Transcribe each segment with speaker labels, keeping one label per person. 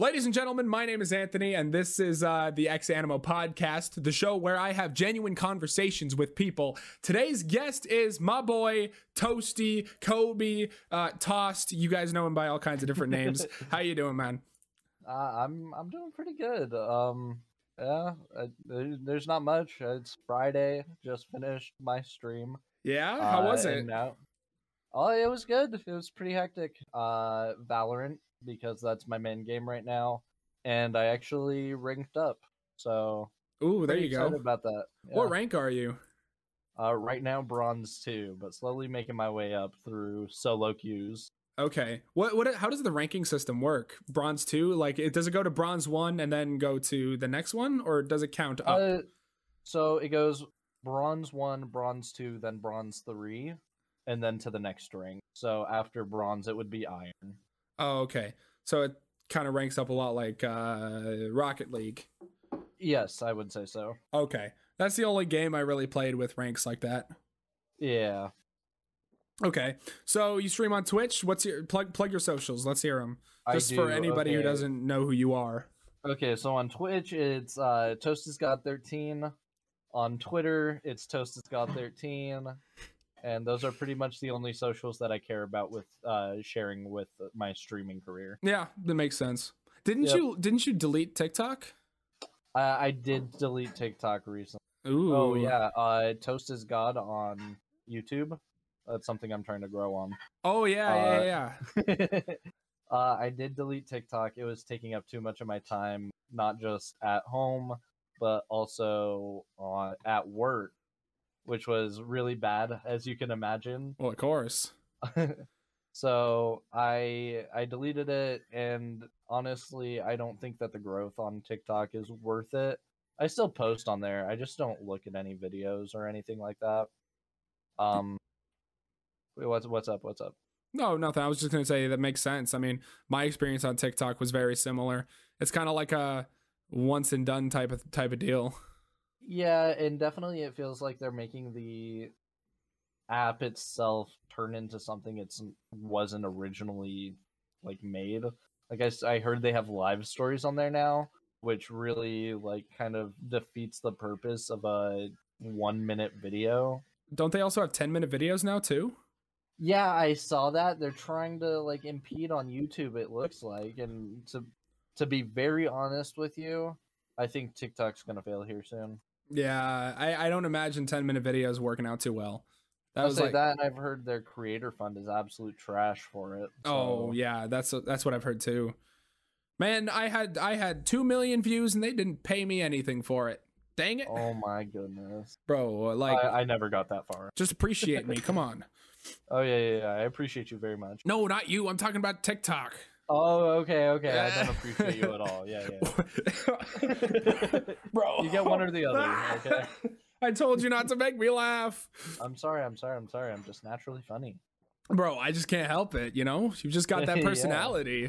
Speaker 1: Ladies and gentlemen, my name is Anthony, and this is uh, the Ex Animo podcast, the show where I have genuine conversations with people. Today's guest is my boy Toasty Kobe uh, Tossed. You guys know him by all kinds of different names. How you doing, man?
Speaker 2: Uh, I'm I'm doing pretty good. Um, yeah, I, there- there's not much. It's Friday. Just finished my stream.
Speaker 1: Yeah, how
Speaker 2: Uh,
Speaker 1: was it?
Speaker 2: and now- oh, it was good. It was pretty hectic. Uh, Valorant because that's my main game right now, and I actually ranked up. So
Speaker 1: Ooh, there
Speaker 2: pretty
Speaker 1: you go.
Speaker 2: excited About that.
Speaker 1: What
Speaker 2: Yeah.
Speaker 1: rank are you?
Speaker 2: Uh, right now bronze two, but slowly making my way up through solo queues.
Speaker 1: Okay. What what how does the ranking system work? Bronze 2, like it does it go to bronze 1 and then go to the next one or does it count up?
Speaker 2: Uh, so it goes bronze one, bronze two, then bronze three, and then to the next ring. So after bronze, it would be iron.
Speaker 1: oh, okay. So it kind of ranks up a lot like uh Rocket League.
Speaker 2: Yes, I would say so.
Speaker 1: Okay. That's the only game I really played with ranks like that.
Speaker 2: Yeah.
Speaker 1: Okay. So you stream on Twitch. What's your plug plug your socials. Let's hear them.
Speaker 2: I
Speaker 1: Just for
Speaker 2: do,
Speaker 1: anybody who
Speaker 2: okay.
Speaker 1: doesn't know who you are.
Speaker 2: Okay, so on Twitch, it's uh, ToastedGod13. On Twitter, it's ToastedGod13. And those are pretty much the only socials that I care about with uh, sharing with my streaming career.
Speaker 1: Yeah, that makes sense. Didn't
Speaker 2: Yep.
Speaker 1: you didn't you delete TikTok?
Speaker 2: Uh, I, I did delete TikTok recently.
Speaker 1: Ooh.
Speaker 2: Oh yeah, uh, Toast is God on YouTube. That's something I'm trying to grow on.
Speaker 1: Oh yeah, yeah,
Speaker 2: Uh,
Speaker 1: yeah.
Speaker 2: uh, I did delete TikTok. It was taking up too much of my time, not just at home, but also on at work, which was really bad, as you can imagine.
Speaker 1: Well, of course.
Speaker 2: so I I deleted it, and honestly, I don't think that the growth on TikTok is worth it. I still post on there. I just don't look at any videos or anything like that. Um, wait, what's what's up? What's up?
Speaker 1: No, nothing. I was just gonna say that makes sense. I mean, my experience on TikTok was very similar. It's kind of like a once and done type of type of deal.
Speaker 2: Yeah, and definitely it feels like they're making the app itself turn into something it's wasn't originally like made. Like I, s- I heard they have live stories on there now, which really like kind of defeats the purpose of a one minute video.
Speaker 1: Don't they also have ten minute videos now too?
Speaker 2: Yeah, I saw that. They're trying to like impede on YouTube, it looks like. And to to be very honest with you, I think TikTok's gonna fail here soon.
Speaker 1: Yeah, I, I don't imagine ten minute videos working out too well. That
Speaker 2: I'll
Speaker 1: was
Speaker 2: say
Speaker 1: like,
Speaker 2: that, and I've heard their creator fund is absolute trash for it.
Speaker 1: oh
Speaker 2: so-
Speaker 1: yeah, that's that's what I've heard too. Man, I had I had two million views and they didn't pay me anything for it. Dang it,
Speaker 2: Oh my goodness.
Speaker 1: bro! Like,
Speaker 2: I, I never got that far.
Speaker 1: just appreciate me. Come on.
Speaker 2: Oh yeah, yeah, yeah. I appreciate you very much.
Speaker 1: No, not you. I'm talking about TikTok.
Speaker 2: Oh, okay, okay. I
Speaker 1: Yeah.
Speaker 2: don't appreciate you at all. Yeah, yeah.
Speaker 1: bro.
Speaker 2: you get one or the other. Okay. Uh,
Speaker 1: I told you not to make me laugh.
Speaker 2: I'm sorry. I'm sorry. I'm sorry. I'm just naturally funny.
Speaker 1: Bro, I just can't help it, you know? You've just got that
Speaker 2: Yeah.
Speaker 1: personality.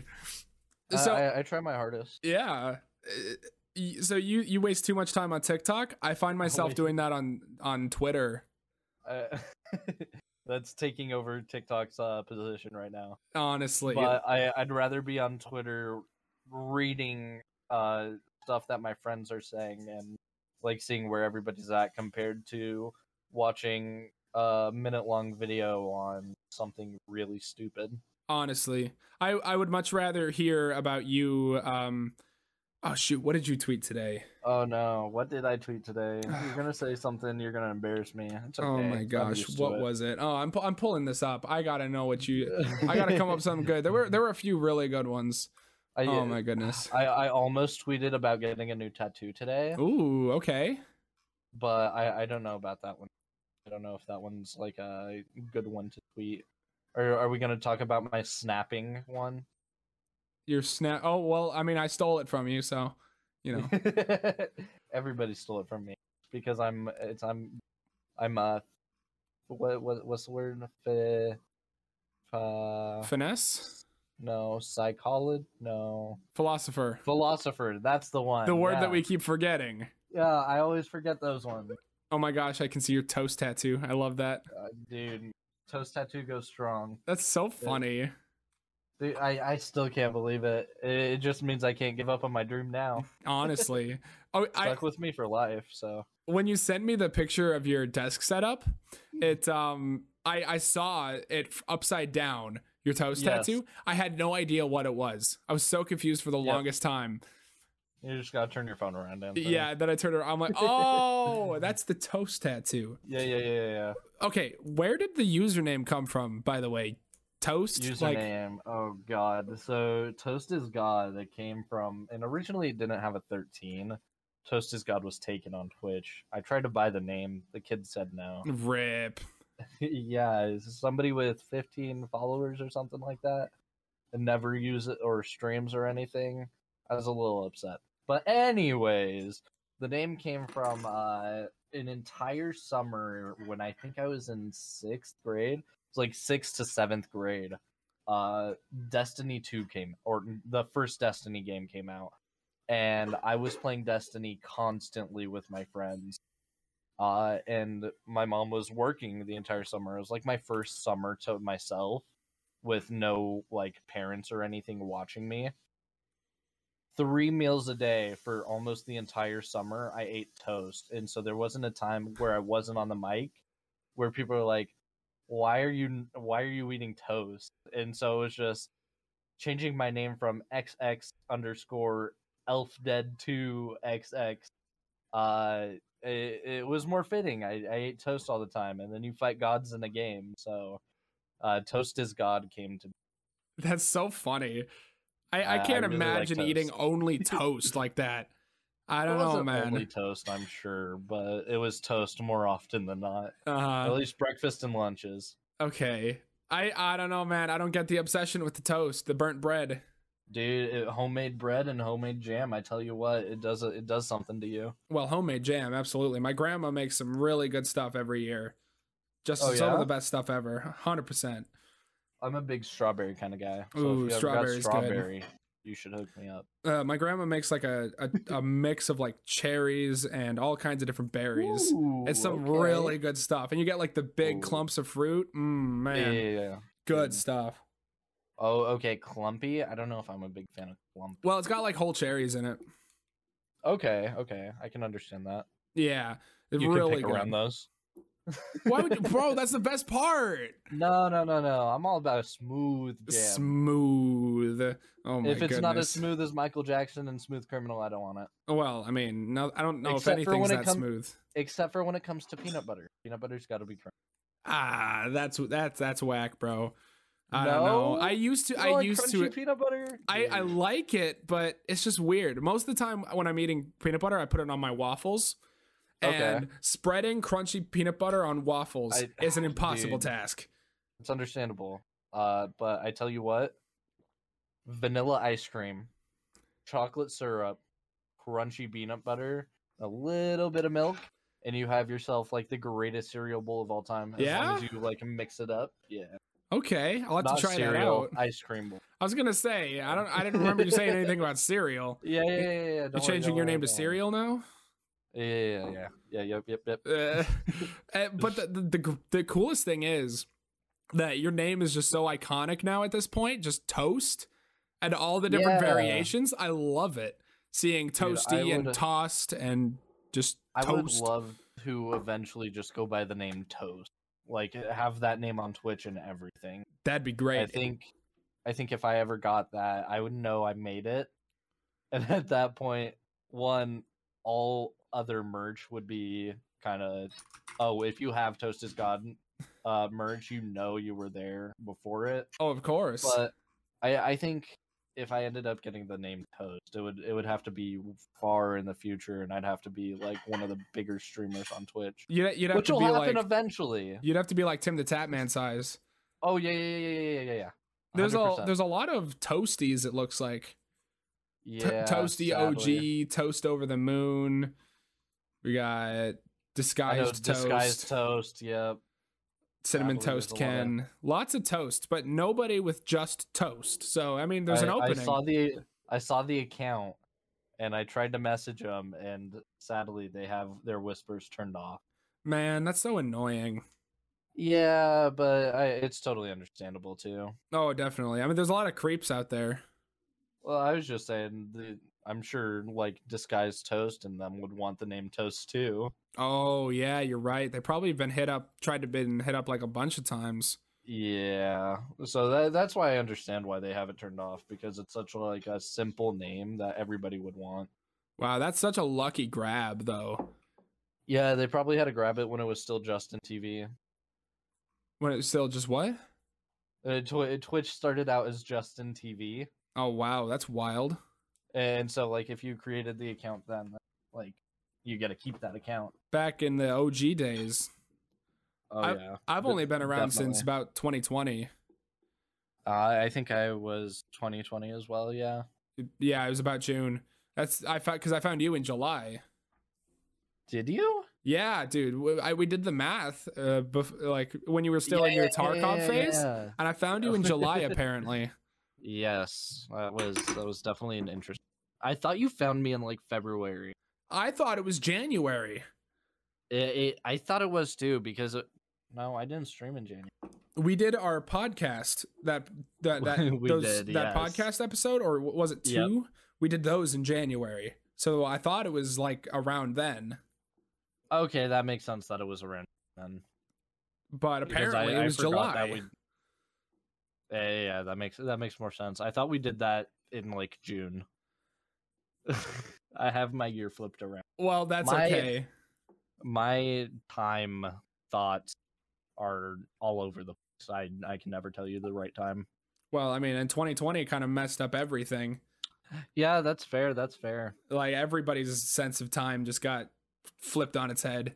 Speaker 2: I-
Speaker 1: So,
Speaker 2: I, I try my hardest.
Speaker 1: yeah. Uh, y- So you you waste too much time on TikTok. I find myself
Speaker 2: waste-
Speaker 1: doing that on on Twitter.
Speaker 2: I, that's taking over TikTok's uh, position right now.
Speaker 1: Honestly.
Speaker 2: but I, I'd rather be on Twitter reading uh, stuff that my friends are saying and like seeing where everybody's at compared to watching a minute long video on something really stupid.
Speaker 1: honestly i i would much rather hear about you um oh shoot what did you tweet today
Speaker 2: Oh no, what did I tweet today? You're gonna say something, you're gonna embarrass me. It's okay.
Speaker 1: oh my
Speaker 2: I'm
Speaker 1: gosh
Speaker 2: used to
Speaker 1: what
Speaker 2: it.
Speaker 1: was it oh i'm pu- i'm pulling this up i got to know what you i got to come up with something good there were there were a few really good ones
Speaker 2: I,
Speaker 1: oh my goodness
Speaker 2: I, I almost tweeted about getting a new tattoo today,
Speaker 1: ooh okay
Speaker 2: but I, I don't know about that one. I don't know if that one's like a good one to tweet. Or are we gonna talk about my snapping one?
Speaker 1: Your snap. Oh well, I mean, I stole it from you, so you know.
Speaker 2: Everybody stole it from me because I'm it's I'm I'm uh what what what's the word? F- uh,
Speaker 1: Finesse,
Speaker 2: no, psychologist. No,
Speaker 1: philosopher,
Speaker 2: philosopher. That's the one.
Speaker 1: the word
Speaker 2: yeah.
Speaker 1: that we keep forgetting.
Speaker 2: Yeah, I always forget those ones.
Speaker 1: Oh my gosh, I can see your toast tattoo. I love that.
Speaker 2: Uh, dude, toast tattoo goes strong.
Speaker 1: That's so funny.
Speaker 2: Dude, I, I still can't believe it. it. It just means I can't give up on my dream now.
Speaker 1: Honestly, oh, I,
Speaker 2: Stuck with me for life. So
Speaker 1: when you sent me the picture of your desk setup,
Speaker 2: Hmm.
Speaker 1: it um I I saw it f- upside down your toast
Speaker 2: Yes.
Speaker 1: tattoo. I had no idea what it was. I was so confused for the
Speaker 2: Yep.
Speaker 1: longest time.
Speaker 2: you just gotta turn your phone around, Dan.
Speaker 1: Yeah, then I turned around. I'm like, oh, that's the toast tattoo.
Speaker 2: Yeah, yeah, yeah, yeah.
Speaker 1: Okay, where did the username come from? By the way, toast.
Speaker 2: Username. oh God. So Toast is God. It came from, and originally it didn't have a thirteen. Toast is God was taken on Twitch. I tried to buy the name. The kid said no.
Speaker 1: Like rip.
Speaker 2: yeah, is this somebody with fifteen followers or something like that, and never use it or streams or anything. I was a little upset. But anyways, the name came from uh, an entire summer when I think I was in sixth grade. It was like sixth to seventh grade. Uh, Destiny two came, or the first Destiny game came out, and I was playing Destiny constantly with my friends. Uh, and my mom was working the entire summer. It was like my first summer to myself, with no like parents or anything watching me three meals a day for almost the entire summer. I ate toast, and so there wasn't a time where I wasn't on the mic where people were like, "Why are you? Why are you eating toast?" And so it was just changing my name from XX underscore Elf Dead to XX. Uh, it, it was more fitting. I, I ate toast all the time, and then you fight gods in a game, so. Uh, toast is God came to
Speaker 1: That's so funny. I, I
Speaker 2: I- I
Speaker 1: can't
Speaker 2: really like
Speaker 1: imagine eating only toast like that. I don't
Speaker 2: it
Speaker 1: know,
Speaker 2: wasn't
Speaker 1: man.
Speaker 2: Only toast, I'm sure, but it was toast more often than not. At
Speaker 1: uh,
Speaker 2: least breakfast and lunches,
Speaker 1: okay. I, I don't know, man. I don't get the obsession with the toast, the burnt bread.
Speaker 2: dude. It, homemade bread and homemade jam. I tell you what, it does it does something to you.
Speaker 1: Well, homemade jam, absolutely. My grandma makes some really good stuff every year. Just
Speaker 2: Oh,
Speaker 1: some
Speaker 2: yeah?
Speaker 1: of the best stuff ever. 100%.
Speaker 2: I'm a big strawberry kind of guy. So
Speaker 1: Ooh,
Speaker 2: if you ever got
Speaker 1: strawberry's good.
Speaker 2: strawberry, you should hook me up.
Speaker 1: Uh, my grandma makes like a, a, a mix of like cherries and all kinds of different berries. it's some
Speaker 2: Ooh,
Speaker 1: really
Speaker 2: okay.
Speaker 1: good stuff. And you get like the big
Speaker 2: Ooh.
Speaker 1: clumps of fruit. Mm,
Speaker 2: Yeah,
Speaker 1: man.
Speaker 2: yeah, yeah.
Speaker 1: Good
Speaker 2: Mm.
Speaker 1: stuff.
Speaker 2: Oh, okay. Clumpy. I don't know if I'm a big fan of clump.
Speaker 1: Well, it's got like whole cherries in it.
Speaker 2: Okay, okay. I can understand that.
Speaker 1: Yeah, it's
Speaker 2: You
Speaker 1: really
Speaker 2: can pick around
Speaker 1: good.
Speaker 2: those.
Speaker 1: Why would you, bro? That's the best part.
Speaker 2: No, no, no, no. I'm all about a smooth jam.
Speaker 1: Smooth. Oh my
Speaker 2: if it's
Speaker 1: goodness.
Speaker 2: not as smooth as Michael Jackson and Smooth Criminal, I don't want it.
Speaker 1: well, I mean, no, I don't know if
Speaker 2: Except for
Speaker 1: anything's
Speaker 2: when it
Speaker 1: that
Speaker 2: come-
Speaker 1: smooth.
Speaker 2: Except for when it comes to peanut butter. Peanut butter's got to be crunchy.
Speaker 1: Ah, that's that's that's whack, bro. I don't know.
Speaker 2: No?
Speaker 1: I used to.
Speaker 2: You
Speaker 1: I
Speaker 2: don't Oh, like
Speaker 1: used
Speaker 2: crunchy
Speaker 1: to.
Speaker 2: peanut butter.
Speaker 1: I, I
Speaker 2: Dude.
Speaker 1: like it, but it's just weird. Most of the time when I'm eating peanut butter, I put it on my waffles.
Speaker 2: Okay.
Speaker 1: And spreading crunchy peanut butter on waffles
Speaker 2: I-
Speaker 1: is an impossible
Speaker 2: Dude.
Speaker 1: task.
Speaker 2: it's understandable. Uh, but I tell you what, vanilla ice cream, chocolate syrup, crunchy peanut butter, a little bit of milk, and you have yourself like the greatest cereal bowl of all time. As
Speaker 1: Yeah?
Speaker 2: long as you like mix it up. Yeah.
Speaker 1: Okay, I'll have
Speaker 2: Not
Speaker 1: to try that
Speaker 2: cereal,
Speaker 1: out.
Speaker 2: ice cream bowl.
Speaker 1: I was gonna say I don't. I didn't remember you saying anything about cereal.
Speaker 2: Yeah, yeah, yeah. yeah. Don't
Speaker 1: You
Speaker 2: worry,
Speaker 1: changing
Speaker 2: don't
Speaker 1: your
Speaker 2: worry,
Speaker 1: name to
Speaker 2: don't worry.
Speaker 1: cereal now?
Speaker 2: Yeah, yeah, yeah, yeah. Yeah, yep, yep, yep.
Speaker 1: Uh, uh, but the, the the the coolest thing is that your name is just so iconic now at this point. Just toast and all the different
Speaker 2: Yeah.
Speaker 1: variations. I love it. Seeing
Speaker 2: Dude, I
Speaker 1: toasty and
Speaker 2: would-
Speaker 1: tossed and just
Speaker 2: I would
Speaker 1: toast.
Speaker 2: love to eventually just go by the name Toast. Like have that name on Twitch and everything.
Speaker 1: That'd be
Speaker 2: I
Speaker 1: great.
Speaker 2: think I think if I ever got that, I would know I made it. And at that point, one all other merch would be kind of oh, if you have Toast is God uh merch, you know you were there before it.
Speaker 1: oh, of course.
Speaker 2: But I I think if I ended up getting the name Toast, it would it would have to be far in the future and I'd have to be like one of the bigger streamers on Twitch
Speaker 1: you'd, you'd have
Speaker 2: which
Speaker 1: to
Speaker 2: will
Speaker 1: be
Speaker 2: happen
Speaker 1: like
Speaker 2: eventually.
Speaker 1: you'd have to be like Tim the Tapman size.
Speaker 2: Oh yeah, yeah, yeah, yeah, yeah, yeah, yeah.
Speaker 1: There's a
Speaker 2: 100%.
Speaker 1: there's a lot of toasties. It looks like T-
Speaker 2: yeah,
Speaker 1: toasty
Speaker 2: sadly.
Speaker 1: OG, toast over the moon. We got
Speaker 2: I know,
Speaker 1: disguised toast,
Speaker 2: disguised toast. Yep.
Speaker 1: cinnamon
Speaker 2: I believe there's
Speaker 1: toast.
Speaker 2: a lot of-
Speaker 1: Ken, lots of toast, but nobody with just toast. So I mean, there's an
Speaker 2: I-
Speaker 1: opening.
Speaker 2: I saw the I saw the account, and I tried to message them, and sadly they have their whispers turned off.
Speaker 1: Man, that's so annoying.
Speaker 2: Yeah, but I, it's totally understandable too.
Speaker 1: Oh, definitely. I mean, there's a lot of creeps out there.
Speaker 2: Well, I was just saying, the, I'm sure like disguised toast and them would want the name toast too.
Speaker 1: Oh yeah, you're right. They probably been hit up, tried to been hit up like a bunch of times.
Speaker 2: Yeah, so that, that's why I understand why they have it turned off because it's such like a simple name that everybody would want.
Speaker 1: Wow, that's such a lucky grab though.
Speaker 2: Yeah, they probably had to grab it when it was still Justin TV.
Speaker 1: When it's still just what?
Speaker 2: Uh, Tw- Twitch started out as Justin TV,
Speaker 1: Oh wow, that's wild.
Speaker 2: and so like if you created the account then, like you got to keep that account.
Speaker 1: Back in the OG days,
Speaker 2: Oh yeah,
Speaker 1: I've
Speaker 2: De-
Speaker 1: only been around since
Speaker 2: definitely.
Speaker 1: about 2020.
Speaker 2: Uh, I think I was 2020 as well. Yeah.
Speaker 1: Yeah, it was about June. That's I found because I found you in July.
Speaker 2: Did you?
Speaker 1: Yeah, dude, w- I, we did the math, uh, bef- like when you were still in your Tarkov phase,
Speaker 2: yeah.
Speaker 1: and I found you in July apparently.
Speaker 2: Yes, that was that was definitely an interest. I thought you found me in like February.
Speaker 1: I thought it was January.
Speaker 2: It, it, I thought it was too because it, no, I didn't stream in January.
Speaker 1: We did our podcast that that that
Speaker 2: We
Speaker 1: those,
Speaker 2: did,
Speaker 1: that
Speaker 2: yes.
Speaker 1: podcast episode, or w- was it
Speaker 2: Yep.
Speaker 1: two? We did those in January, so I thought it was like around then.
Speaker 2: Okay, that makes sense that it was around then.
Speaker 1: but
Speaker 2: because
Speaker 1: apparently it was
Speaker 2: forgot
Speaker 1: July.
Speaker 2: we- yeah, yeah, yeah, that makes that makes more sense. I thought we did that in like June. I have my year flipped around.
Speaker 1: well, that's
Speaker 2: My-
Speaker 1: okay.
Speaker 2: my time thoughts are all over the place. I I can never tell you the right time.
Speaker 1: Well, I mean, in 2020, kind of messed up everything.
Speaker 2: Yeah, that's fair. That's fair.
Speaker 1: Like everybody's sense of time just got flipped on its head.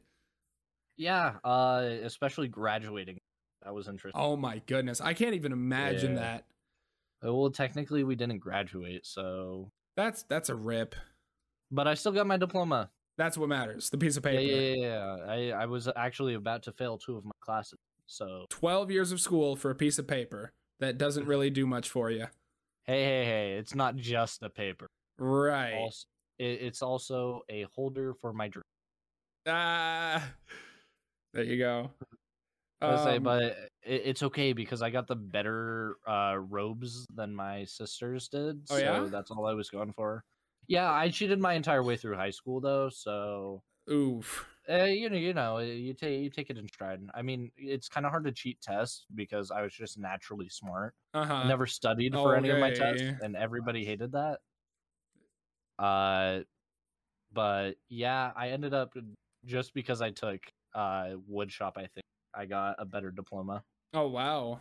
Speaker 2: Yeah, uh, especially graduating. That was interesting.
Speaker 1: Oh my goodness, I can't even imagine
Speaker 2: Yeah.
Speaker 1: that.
Speaker 2: Uh, Well, technically we didn't graduate, so
Speaker 1: That's that's a rip.
Speaker 2: but I still got my diploma.
Speaker 1: That's what matters. The piece of
Speaker 2: Yeah,
Speaker 1: paper.
Speaker 2: yeah, yeah, yeah. I I was actually about to fail two of my classes. So
Speaker 1: 12 years of school for a piece of paper that doesn't really do much for you.
Speaker 2: hey, hey, hey! It's not just the paper.
Speaker 1: Right.
Speaker 2: Also, it, it's also a holder for my dream.
Speaker 1: Ah. There you go.
Speaker 2: I would say,
Speaker 1: Um,
Speaker 2: but it, it's okay because I got the better uh, robes than my sisters did.
Speaker 1: Oh,
Speaker 2: so
Speaker 1: yeah?
Speaker 2: that's all I was going for. Yeah, I cheated my entire way through high school though, so
Speaker 1: oof.
Speaker 2: uh, you know, you know, uh, you take you take it in stride. I mean, it's kind of hard to cheat tests because I was just naturally smart.
Speaker 1: Uh-huh.
Speaker 2: Never studied for any of my tests,
Speaker 1: okay.
Speaker 2: and everybody hated that. Uh, but yeah, I ended up just because I took uh wood shop. I think I got a better diploma.
Speaker 1: Oh wow.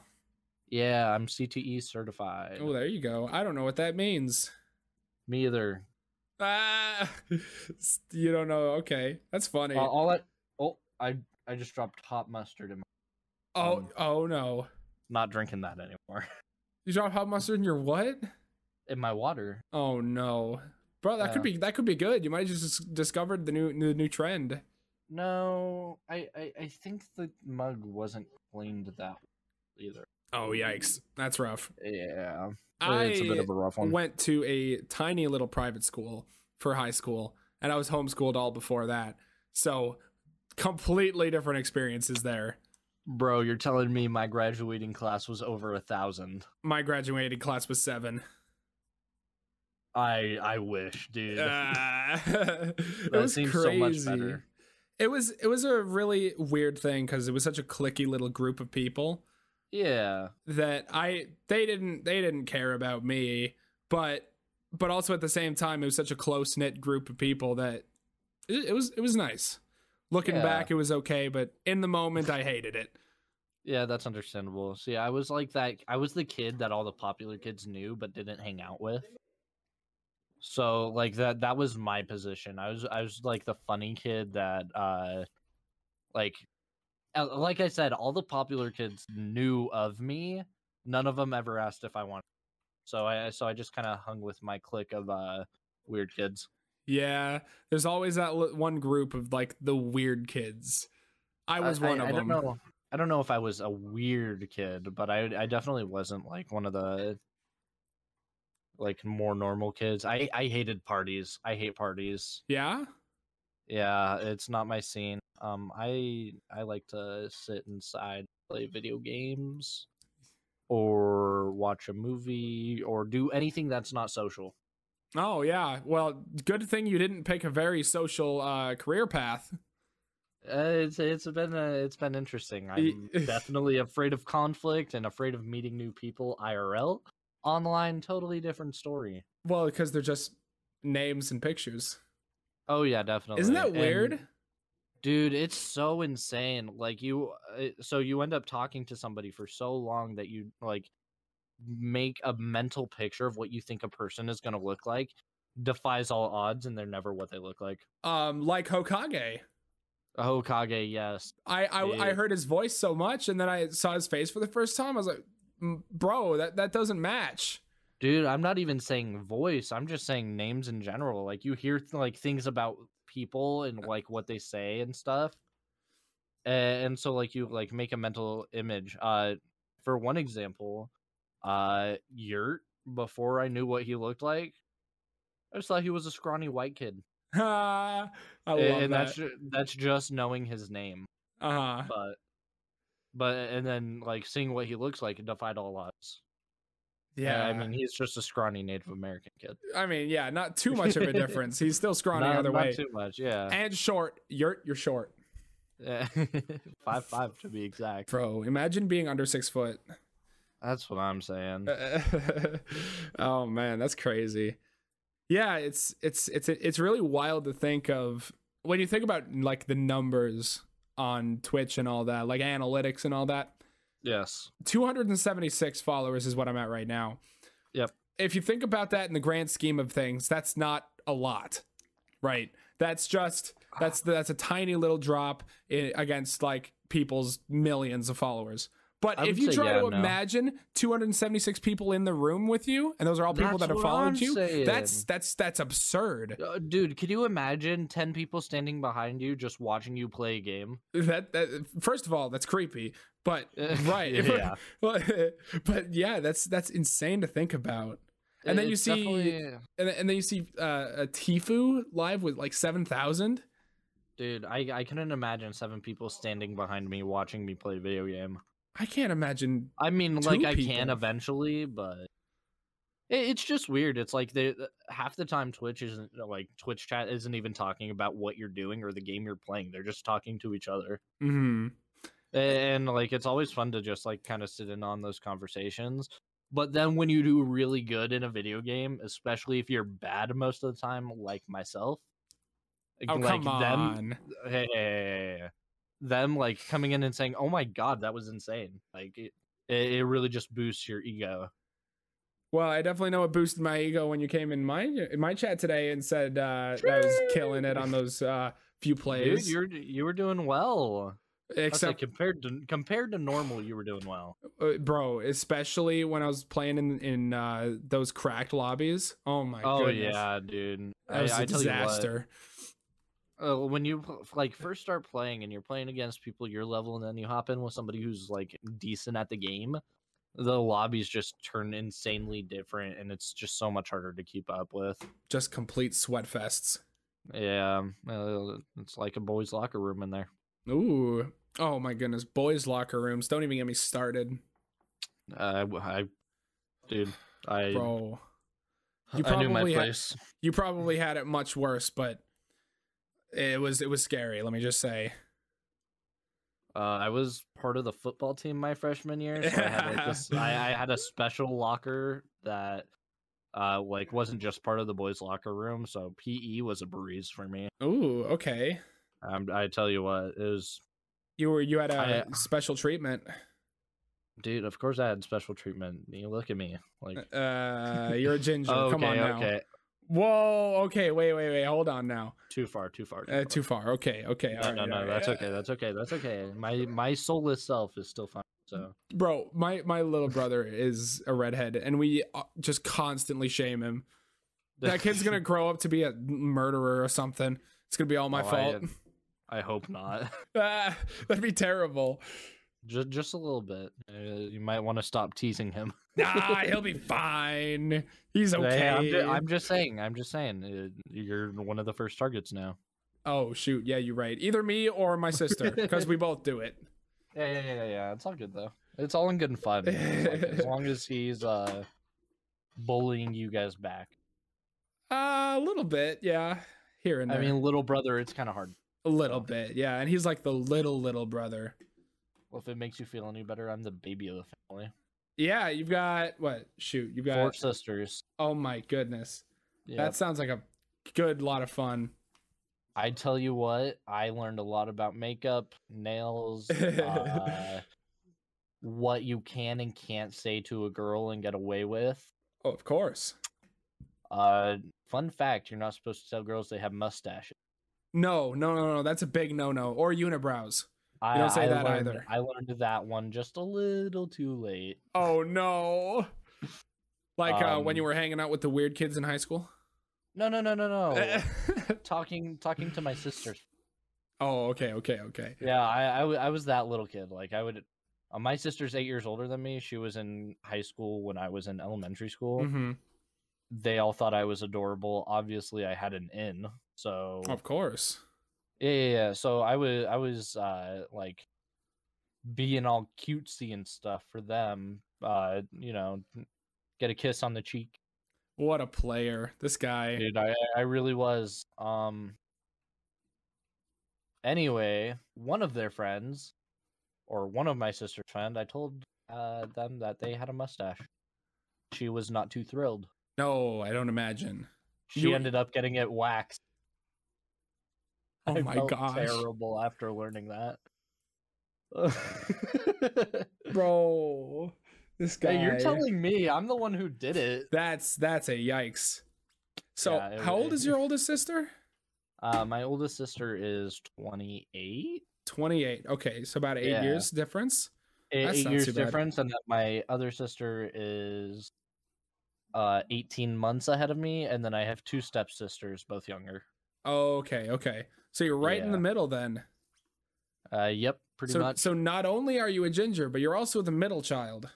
Speaker 2: Yeah, I'm CTE certified.
Speaker 1: Oh, there you go. I don't know what that means.
Speaker 2: Me either.
Speaker 1: Ah, you don't know. Okay, that's funny.
Speaker 2: Uh, all I oh I I just dropped hot mustard in. My,
Speaker 1: oh,
Speaker 2: um,
Speaker 1: oh no!
Speaker 2: not drinking that anymore
Speaker 1: You dropped hot mustard in your what?
Speaker 2: in my water.
Speaker 1: Oh no, bro. That could
Speaker 2: Yeah.
Speaker 1: be that could be good. You might have just discovered the new the new trend.
Speaker 2: No, I I, I think the mug wasn't cleaned that well either.
Speaker 1: Oh yikes, that's rough.
Speaker 2: Yeah,
Speaker 1: I
Speaker 2: it's a bit of a rough one.
Speaker 1: went to a tiny little private school for high school, and I was homeschooled all before that. So completely different experiences there.
Speaker 2: Bro, you're telling me my graduating class was over a thousand.
Speaker 1: My graduating class was seven.
Speaker 2: I I wish, dude.
Speaker 1: Ah. it
Speaker 2: That
Speaker 1: was
Speaker 2: seems
Speaker 1: crazy.
Speaker 2: so much better.
Speaker 1: It was it was a really weird thing because it was such a clicky little group of people
Speaker 2: yeah,
Speaker 1: that I they didn't they didn't care about me, but but also at the same time it was such a close knit group of people that it, it was it was nice. Looking
Speaker 2: Yeah.
Speaker 1: back, it was okay, but in the moment, I hated it.
Speaker 2: yeah, that's understandable. See, I was like that. I was the kid that all the popular kids knew but didn't hang out with. So like that that was my position. I was I was like the funny kid that uh like uh, like I said all the popular kids knew of me. None of them ever asked if I wanted. So I so I just kind of hung with my clique of uh weird kids.
Speaker 1: Yeah, there's always that li- one group of like the weird kids. I was one of
Speaker 2: I
Speaker 1: them.
Speaker 2: Don't know, I don't know if I was a weird kid, but I I definitely wasn't like one of the like more normal kids. I I hated parties. I hate parties.
Speaker 1: Yeah.
Speaker 2: Yeah, it's not my scene. Um, I I like to sit inside play video games or watch a movie or do anything that's not social.
Speaker 1: Oh yeah. Well, good thing you didn't pick a very social uh, career path.
Speaker 2: Uh, it's it's been uh, it's been interesting. I'm definitely afraid of conflict and afraid of meeting new people IRL. Online, totally different story.
Speaker 1: Well, because they're just names and pictures.
Speaker 2: Oh yeah, definitely.
Speaker 1: Isn't that weird?
Speaker 2: And, dude, it's so insane. Like you, uh, so you end up talking to somebody for so long that you like make a mental picture of what you think a person is going to look like defies all odds, and they're never what they look like.
Speaker 1: Um, like Hokage.
Speaker 2: Hokage, yes.
Speaker 1: I I, I heard his voice so much, and then I saw his face for the first time. I was like, bro, that that doesn't match.
Speaker 2: Dude, I'm not even saying voice. I'm just saying names in general. Like you hear like things about people
Speaker 1: Uh
Speaker 2: and like what they say and stuff. And so like you like make a mental image. Uh for one example, uh Yurt, before I knew what he looked like, I just thought he was a scrawny white kid.
Speaker 1: I love
Speaker 2: and
Speaker 1: that.
Speaker 2: that's ju- that's just knowing his name.
Speaker 1: uh-huh.
Speaker 2: But but and then like seeing what he looks like it defied all odds.
Speaker 1: Yeah,
Speaker 2: I mean he's just a scrawny Native American kid.
Speaker 1: I mean, yeah, not too much of a difference. He's still scrawny
Speaker 2: not,
Speaker 1: either
Speaker 2: not
Speaker 1: way,
Speaker 2: too much, yeah.
Speaker 1: and short. You're you're short,
Speaker 2: Yeah. five five to be exact.
Speaker 1: bro. Imagine being under six foot.
Speaker 2: That's what I'm saying.
Speaker 1: Uh, oh man, that's crazy. Yeah, it's it's it's it's really wild to think of when you think about like the numbers on Twitch and all that, like analytics and all that.
Speaker 2: Yes.
Speaker 1: 276 followers is what I'm at right now.
Speaker 2: Yep.
Speaker 1: If you think about that in the grand scheme of things, that's not a lot, right? That's just that's that's a tiny little drop i against like people's millions of followers. But
Speaker 2: I
Speaker 1: if
Speaker 2: would
Speaker 1: you
Speaker 2: say
Speaker 1: try
Speaker 2: yeah,
Speaker 1: to
Speaker 2: no.
Speaker 1: imagine 276 people in the room with you, and those are all people that
Speaker 2: That's
Speaker 1: have
Speaker 2: what
Speaker 1: followed
Speaker 2: I'm
Speaker 1: you, that's
Speaker 2: saying.
Speaker 1: that's that's absurd.
Speaker 2: Uh, Dude, could you imagine 10 people standing behind you just watching you play a game?
Speaker 1: That, that first of all, that's creepy. But right,
Speaker 2: yeah.
Speaker 1: but, but yeah, that's that's insane to think about. And then you
Speaker 2: It's
Speaker 1: see-
Speaker 2: definitely-
Speaker 1: and, and then you see uh, a Tifu live with like seven thousand.
Speaker 2: Dude, I, I couldn't imagine seven people standing behind me watching me play a video game.
Speaker 1: I can't imagine.
Speaker 2: I mean,
Speaker 1: Two
Speaker 2: like, I can
Speaker 1: people.
Speaker 2: eventually, but. it- It's just weird. It's like they uh, half the time Twitch isn't uh, like Twitch chat isn't even talking about what you're doing or the game you're playing. They're just talking to each other.
Speaker 1: hmm
Speaker 2: Mm-hmm. and like it's always fun to just like kind of sit in on those conversations but then when you do really good in a video game especially if you're bad most of the time like myself
Speaker 1: Oh
Speaker 2: like
Speaker 1: come
Speaker 2: them
Speaker 1: on!
Speaker 2: hey, hey, hey, hey, them like coming in and saying oh my god that was insane like it, it it really just boosts your ego
Speaker 1: Well, I definitely know it boosted my ego when you came in my in my chat today and said uh, that I was killing it on those uh, few
Speaker 2: dude
Speaker 1: plays.
Speaker 2: you're you were doing well I'd say
Speaker 1: Except,
Speaker 2: compared to compared to normal you were doing well
Speaker 1: uh, bro, especially when I was playing in in uh, those cracked lobbies. Oh my!
Speaker 2: oh
Speaker 1: goodness.
Speaker 2: yeah dude
Speaker 1: that was
Speaker 2: I,
Speaker 1: a
Speaker 2: I tell you what,
Speaker 1: disaster.
Speaker 2: uh, when you pl- f- like first start playing and you're playing against people your level and then you hop in with somebody who's like decent at the game the lobbies just turn insanely different and it's just so much harder to keep up with
Speaker 1: Just complete sweat fests.
Speaker 2: yeah uh, it's like a boys locker room in there
Speaker 1: Ooh. Oh my goodness. Boys' locker rooms. Don't even get me started,
Speaker 2: uh, w- i dude i
Speaker 1: bro.
Speaker 2: you probably I knew my
Speaker 1: probably had-
Speaker 2: place
Speaker 1: you probably had it much worse, but it was it was scary. Let me just say.
Speaker 2: uh, i was part of the football team my freshman year so I, had, like, this, I, I had a special locker that uh, like wasn't just part of the boys locker room so pe was a breeze for me
Speaker 1: Ooh, okay.
Speaker 2: Um, I tell you what, it was,
Speaker 1: You were you had a
Speaker 2: I- uh,
Speaker 1: special treatment.
Speaker 2: dude. Of course, I had special treatment. You look at me, like,
Speaker 1: Uh, you're a ginger.
Speaker 2: okay,
Speaker 1: Come on now.
Speaker 2: okay,
Speaker 1: Whoa. Okay. Wait. Wait. Wait. Hold on now.
Speaker 2: too far, too far,
Speaker 1: Uh, too far. Okay. Okay.
Speaker 2: No,
Speaker 1: all right,
Speaker 2: no, no,
Speaker 1: all right.
Speaker 2: that's okay, that's okay, that's okay. My my soulless self is still fine. So
Speaker 1: Bro, my my little brother is a redhead, and we uh, just constantly shame him. That kid's gonna grow up to be a murderer or something. It's gonna be all my
Speaker 2: Oh, I-
Speaker 1: fault.
Speaker 2: I hope not.
Speaker 1: Ah, that'd be terrible.
Speaker 2: just just a little bit. Uh, you might want to stop teasing him.
Speaker 1: Nah, he'll be fine. He's okay.
Speaker 2: Hey, I'm, ju- I'm just saying. I'm just saying. uh, You're one of the first targets now.
Speaker 1: Oh shoot, yeah, you're right. Either me or my sister, because we both do it.
Speaker 2: Yeah, yeah, yeah, yeah, yeah. It's all good though. It's all in good and fun. Like, as long as he's uh bullying you guys back.
Speaker 1: Uh, a little bit, yeah. Here and
Speaker 2: I
Speaker 1: there.
Speaker 2: mean, little brother, it's kind of hard.
Speaker 1: a little bit, yeah. And he's like the little little brother.
Speaker 2: Well, if it makes you feel any better, I'm the baby of the family.
Speaker 1: Yeah, you've got what? Shoot, you've got.
Speaker 2: Four sisters.
Speaker 1: Oh my goodness,
Speaker 2: Yeah.
Speaker 1: that sounds like a good lot of fun.
Speaker 2: I tell you what, I learned a lot about makeup, nails, uh, what you can and can't say to a girl and get away with.
Speaker 1: Oh, of course.
Speaker 2: Uh, fun fact: you're not supposed to tell girls they have mustaches.
Speaker 1: No, no, no, no. That's a big no no. Or unibrows.
Speaker 2: I
Speaker 1: don't say
Speaker 2: I
Speaker 1: that
Speaker 2: learned-
Speaker 1: either.
Speaker 2: I learned that one just a little too late.
Speaker 1: Oh no. Like uh, when
Speaker 2: Um,
Speaker 1: you were hanging out with the weird kids in high school.
Speaker 2: No, no, no, no, no. talking, talking to my sisters.
Speaker 1: oh, okay, okay, okay.
Speaker 2: Yeah, I, I, w- I was that little kid. Like I would, uh, my sister's eight years older than me. She was in high school when I was in elementary school.
Speaker 1: hmm
Speaker 2: They all thought I was adorable. Obviously, I had an in. So
Speaker 1: Of course.
Speaker 2: yeah, yeah, yeah. So I was, I was uh, like being all cutesy and stuff for them. Uh, you know, get a kiss on the cheek.
Speaker 1: What a player. This guy.
Speaker 2: Dude, I, I really was. Um. Anyway, one of their friends, or one of my sister's friend, I told uh, them that they had a mustache. She was not too thrilled.
Speaker 1: No, I don't imagine.
Speaker 2: She
Speaker 1: You-
Speaker 2: ended up getting it waxed.
Speaker 1: Oh
Speaker 2: I
Speaker 1: my
Speaker 2: felt
Speaker 1: gosh.
Speaker 2: Terrible after learning that.
Speaker 1: Bro. This guy.
Speaker 2: hey, you're telling me I'm the one who did it.
Speaker 1: That's that's a yikes. So,
Speaker 2: Yeah, it
Speaker 1: how old
Speaker 2: would-
Speaker 1: is your oldest sister?
Speaker 2: Uh, my oldest sister is 28.
Speaker 1: 28. Okay, so about 8
Speaker 2: Yeah.
Speaker 1: years difference.
Speaker 2: eight,
Speaker 1: That's
Speaker 2: eh, eight
Speaker 1: not
Speaker 2: years
Speaker 1: too bad.
Speaker 2: difference, and that my other sister is uh 18 months ahead of me, and then I have two stepsisters, both younger.
Speaker 1: Okay, okay. So you're right in the
Speaker 2: Yeah.
Speaker 1: middle then.
Speaker 2: Uh, yep, pretty
Speaker 1: so,
Speaker 2: much.
Speaker 1: so not only are you a ginger, but you're also the middle child.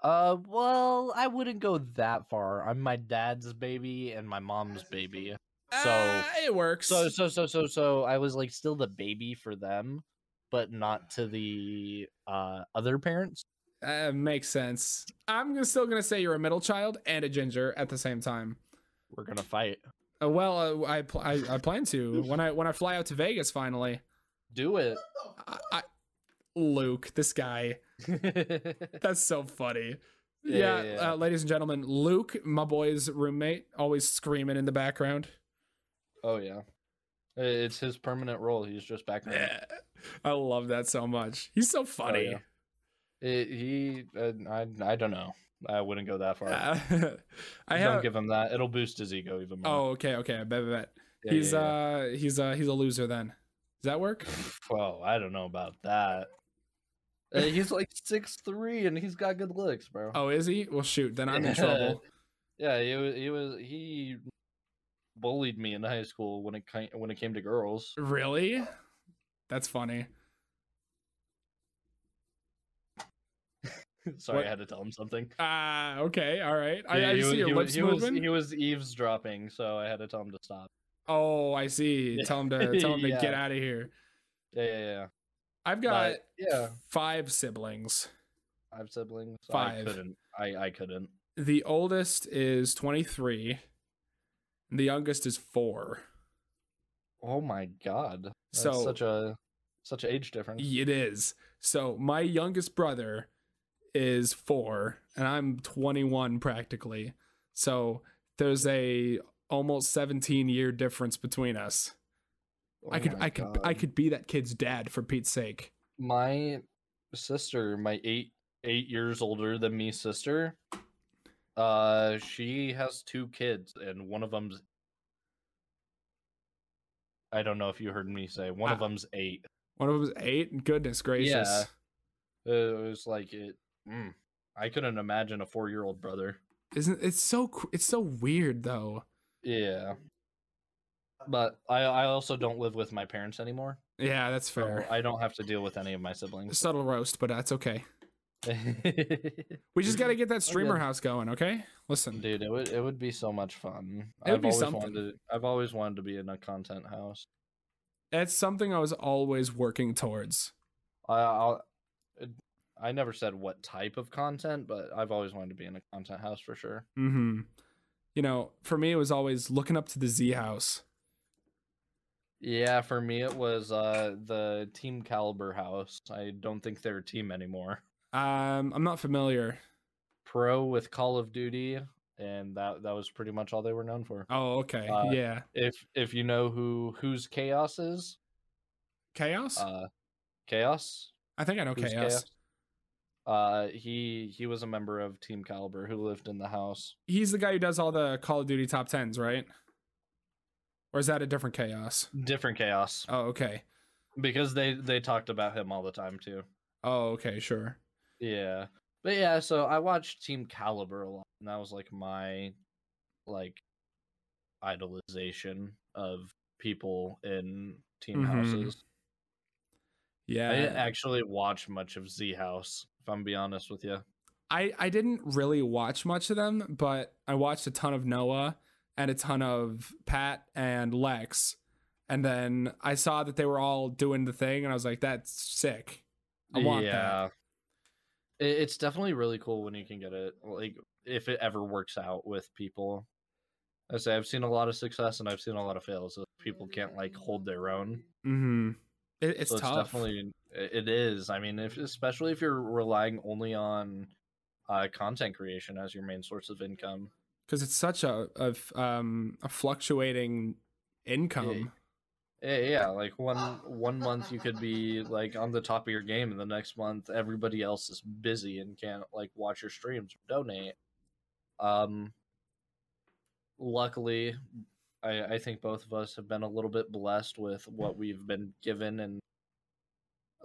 Speaker 2: Uh, well, I wouldn't go that far. I'm my dad's baby and my mom's baby. So-
Speaker 1: Ah, it works.
Speaker 2: So, so, so, so, so I was like still the baby for them, but not to the uh other parents.
Speaker 1: Uh, makes sense. I'm gonna- still gonna say you're a middle child and a ginger at the same time.
Speaker 2: We're gonna fight.
Speaker 1: Uh, well, uh, I, pl- I I plan to when I when I fly out to Vegas finally.
Speaker 2: Do it.
Speaker 1: I, I, Luke, this guy, that's so funny.
Speaker 2: Yeah,
Speaker 1: Yeah,
Speaker 2: yeah, yeah.
Speaker 1: Uh, ladies and gentlemen, Luke, my boy's roommate, always screaming in the background.
Speaker 2: oh yeah, I- it's his permanent role. He's just back. around.
Speaker 1: Yeah. I love that so much. He's
Speaker 2: Oh,
Speaker 1: so funny.
Speaker 2: yeah. It, he, uh, I, I don't know. I wouldn't go that far.
Speaker 1: Uh, I
Speaker 2: don't
Speaker 1: have.
Speaker 2: give him that. It'll boost his ego even more.
Speaker 1: oh, okay, okay. I bet, bet, bet.
Speaker 2: Yeah,
Speaker 1: he's
Speaker 2: yeah, yeah.
Speaker 1: uh, he's uh, he's a loser. Then does that work?
Speaker 2: Well, I don't know about that. Uh, he's like six three, and he's got good looks, bro.
Speaker 1: Oh, is he? Well, shoot. Then I'm in
Speaker 2: Yeah.
Speaker 1: trouble.
Speaker 2: Yeah, he was. He was. He bullied me in high school when it came, when it came to girls.
Speaker 1: Really? That's funny.
Speaker 2: Sorry,
Speaker 1: What?
Speaker 2: I had to tell him something.
Speaker 1: Ah, okay, all right.
Speaker 2: He-
Speaker 1: I, I
Speaker 2: he,
Speaker 1: see
Speaker 2: was-
Speaker 1: your
Speaker 2: he was-
Speaker 1: lips
Speaker 2: he was,
Speaker 1: moving.
Speaker 2: he was eavesdropping, so I had to tell him to stop.
Speaker 1: Oh, I see.
Speaker 2: Yeah.
Speaker 1: Tell him to tell him to
Speaker 2: Yeah.
Speaker 1: get out of here.
Speaker 2: Yeah, yeah, yeah.
Speaker 1: I've got
Speaker 2: But, yeah,
Speaker 1: five siblings.
Speaker 2: I have siblings.
Speaker 1: Five.
Speaker 2: I couldn't. I, I couldn't.
Speaker 1: The oldest is 23. and The youngest is four.
Speaker 2: Oh my god. That's
Speaker 1: So-
Speaker 2: such a such an age difference.
Speaker 1: It is. So my youngest brother is four, and I'm 21 practically. So there's a almost 17 year difference between us.
Speaker 2: Oh
Speaker 1: I could
Speaker 2: my
Speaker 1: I could I
Speaker 2: God.
Speaker 1: could be that kid's dad for Pete's sake.
Speaker 2: my sister, my 8 8 years older than me sister, uh she has two kids and one of them's I don't know if you heard me say one of
Speaker 1: Ah.
Speaker 2: them's 8.
Speaker 1: One of them's eight. Goodness gracious.
Speaker 2: Yeah. Uh, It was like it mm, I couldn't imagine a 4-year-old brother.
Speaker 1: Isn't it's so cr- it's so weird though.
Speaker 2: Yeah. But I I also don't live with my parents anymore.
Speaker 1: Yeah, that's
Speaker 2: so
Speaker 1: fair.
Speaker 2: Oh, I don't have to deal with any of my siblings.
Speaker 1: Subtle roast, but that's okay. We just got to get that streamer
Speaker 2: good.
Speaker 1: house going, okay? Listen,
Speaker 2: Dude, it would it would be so much fun.
Speaker 1: It would
Speaker 2: I've
Speaker 1: be
Speaker 2: always
Speaker 1: something.
Speaker 2: wanted I've always wanted to be in a content house.
Speaker 1: that's something I was always working towards.
Speaker 2: I I'll, I never said what type of content, but I've always wanted to be in a content house for sure.
Speaker 1: Mm-hmm. You know, for me, it was always looking up to the Z House.
Speaker 2: Yeah, for me it was uh the Team Caliber house. I don't think they're a team anymore.
Speaker 1: Um, I'm not familiar.
Speaker 2: Pro with Call of Duty, and that that was pretty much all they were known for.
Speaker 1: Oh, okay.
Speaker 2: Uh,
Speaker 1: yeah.
Speaker 2: If if you know who who's Chaos is,
Speaker 1: Chaos?
Speaker 2: uh, Chaos.
Speaker 1: I think I know
Speaker 2: who's
Speaker 1: Chaos.
Speaker 2: Uh, he he was a member of Team Caliber who lived in the house.
Speaker 1: He's the guy who does all the Call of Duty top tens, right? Or is that a different Chaos?
Speaker 2: Different Chaos
Speaker 1: Oh, okay.
Speaker 2: because they they talked about him all the time too.
Speaker 1: Oh, okay, sure.
Speaker 2: Yeah. But yeah, so I watched Team Caliber a lot, and that was like my like idolization of people in team
Speaker 1: Mhm.
Speaker 2: houses.
Speaker 1: Yeah.
Speaker 2: I didn't actually watch much of Z House, if I'm be honest with you.
Speaker 1: I, I didn't really watch much of them, but I watched a ton of Noah and a ton of Pat and Lex. And then I saw that they were all doing the thing, and I was like, that's sick. I want that.
Speaker 2: It, it's definitely really cool when you can get it like if it ever works out with people. I say I've seen a lot of success and I've seen a lot of fails. so People can't like hold their own.
Speaker 1: Mm-hmm. It, it's
Speaker 2: So
Speaker 1: tough.
Speaker 2: definitely i- it is. I mean, if especially if you're relying only on uh, content creation as your main source of income.
Speaker 1: because it's such a a, f- um, a fluctuating income.
Speaker 2: Yeah, Eh, yeah, like one one month you could be like on the top of your game, and the next month everybody else is busy and can't like watch your streams or donate. Um, luckily, I, I think both of us have been a little bit blessed with what we've been given and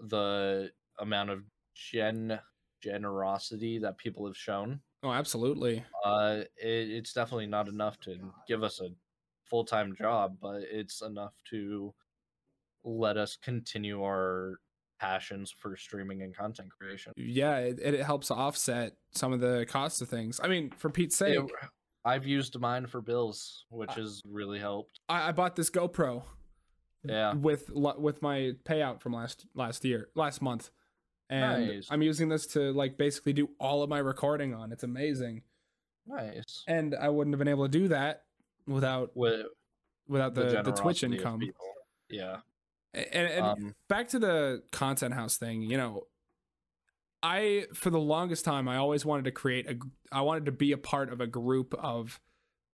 Speaker 2: the amount of gen generosity that people have shown.
Speaker 1: Oh, absolutely.
Speaker 2: Uh, it, it's definitely not enough to give us a full time job, but it's enough to let us continue our passions for streaming and content creation.
Speaker 1: Yeah, it, it helps offset some of the costs of things. I mean, for Pete's sake,
Speaker 2: It- I've used mine for bills, which
Speaker 1: Ah.
Speaker 2: has really helped.
Speaker 1: I, I bought this GoPro
Speaker 2: Yeah.
Speaker 1: with lo- with my payout from last last year, last month, and
Speaker 2: Nice.
Speaker 1: I'm using this to like basically do all of my recording on. It's amazing,
Speaker 2: Nice.
Speaker 1: and I wouldn't have been able to do that without
Speaker 2: With
Speaker 1: without the, the, Twitch
Speaker 2: generosity of
Speaker 1: income.
Speaker 2: people. Yeah.
Speaker 1: A- And, and
Speaker 2: um,
Speaker 1: back to the content house thing you know i for the longest time i always wanted to create a gr- i wanted to be a part of a group of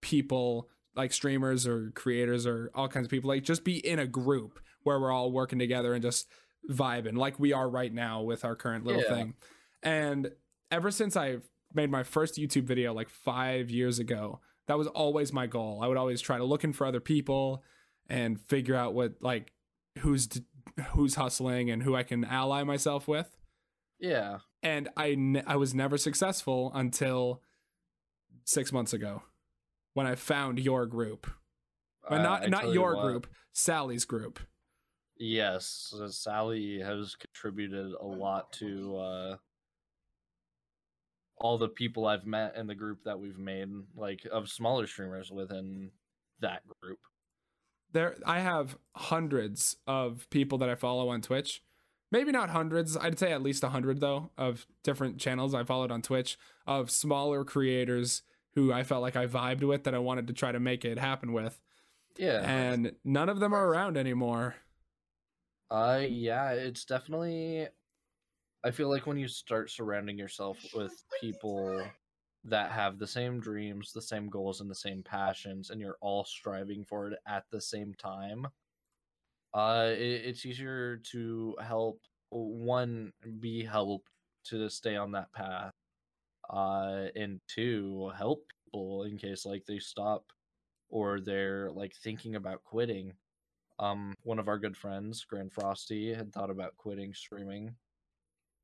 Speaker 1: people like streamers or creators or all kinds of people like just be in a group where we're all working together and just vibing like we are right now with our current little
Speaker 2: Yeah.
Speaker 1: thing and ever since i made my first youtube video like five years ago that was always my goal i would always try to look in for other people and figure out what like who's d- who's hustling and who I can ally myself with.
Speaker 2: yeah.
Speaker 1: And I ne- I was never successful until six months ago when I found your group, but
Speaker 2: I-
Speaker 1: not
Speaker 2: uh, I
Speaker 1: not
Speaker 2: tell you
Speaker 1: your
Speaker 2: what,
Speaker 1: group, Sally's group.
Speaker 2: Yes, so Sally has contributed a lot to uh, all the people I've met in the group that we've made, like of smaller streamers within that group.
Speaker 1: There, I have hundreds of people that I follow on Twitch. Maybe not hundreds. I'd say at least a hundred though of different channels I followed on Twitch of smaller creators who I felt like I vibed with that I wanted to try to make it happen with,
Speaker 2: Yeah,
Speaker 1: and none of them are around anymore.
Speaker 2: uh, yeah, it's definitely. I feel like when you start surrounding yourself with people that have the same dreams, the same goals, and the same passions, and you're all striving for it at the same time, uh, it, it's easier to help one be helped to stay on that path, uh, and two help people in case like they stop or they're like thinking about quitting. Um, one of our good friends, Grand Frosty, had thought about quitting streaming.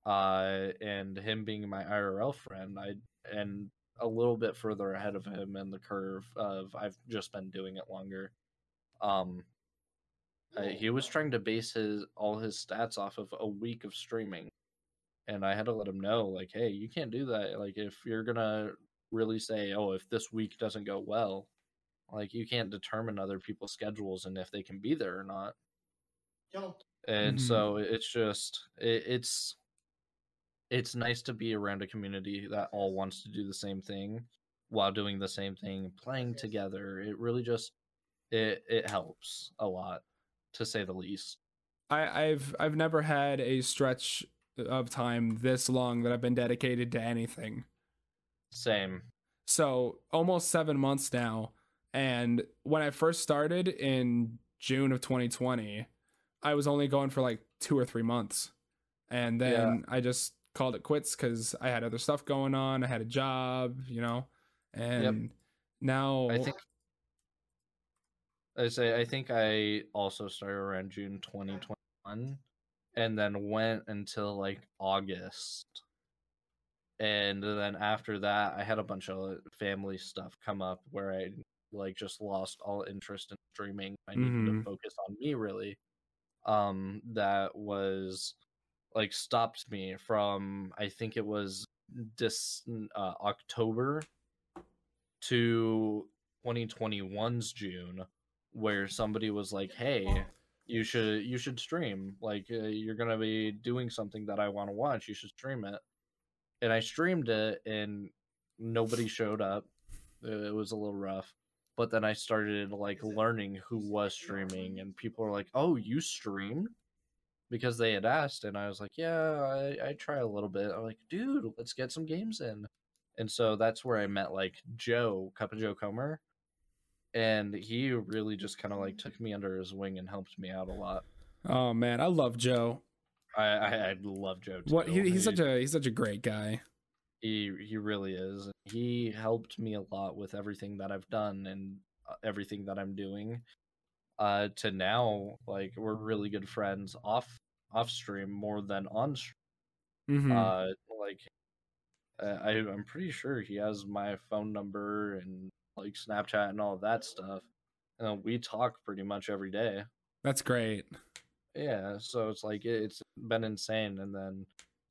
Speaker 2: Uh, and him being my IRL friend, I and a little bit further ahead of him in the curve of I've just been doing it longer. Um, uh, he was trying to base his all his stats off of a week of streaming, and I had to let him know like, hey, you can't do that. Like, if you're gonna really say, oh, if this week doesn't go well, like you can't determine other people's schedules and if they can be there or not. and
Speaker 1: Mhm.
Speaker 2: so it's just it, it's it's nice to be around a community that all wants to do the same thing while doing the same thing playing together it really just it it helps a lot to say the least
Speaker 1: I, I've I've never had a stretch of time this long that I've been dedicated to anything.
Speaker 2: same
Speaker 1: So almost seven months now. And when I first started in June of 2020, I was only going for like two or three months. And then I just called it quits because I had other stuff going on. I had a job, you know. And now
Speaker 2: i think i say i think i also started around june 2021 and then went until like august and then after that i had a bunch of family stuff come up where i like just lost all interest in streaming i needed to
Speaker 1: Mhm.
Speaker 2: focus on me really um that was like stopped me from i think it was this uh, october to 2021's june where somebody was like hey you should you should stream like uh, you're gonna be doing something that i want to watch you should stream it and i streamed it and nobody showed up Uh, it was a little rough but then i started like learning who was streaming and people were like oh you stream because they had asked and i was like yeah i, I try a little bit i'm like dude let's get some games in and so that's where i met like joe cup of joe comer and he really just kind of like took me under his wing and helped me out a lot.
Speaker 1: oh man, I love Joe.
Speaker 2: I I, I love Joe. Too.
Speaker 1: What he, he's such a he's such a great guy.
Speaker 2: he he really is. He helped me a lot with everything that I've done and uh, everything that I'm doing. Uh, to now, like we're really good friends off off stream more than on stream.
Speaker 1: Mhm.
Speaker 2: Uh, like uh, I I'm pretty sure he has my phone number and like Snapchat and all that stuff. And then we talk pretty much every day.
Speaker 1: That's great.
Speaker 2: yeah so it's like it- it's been insane and then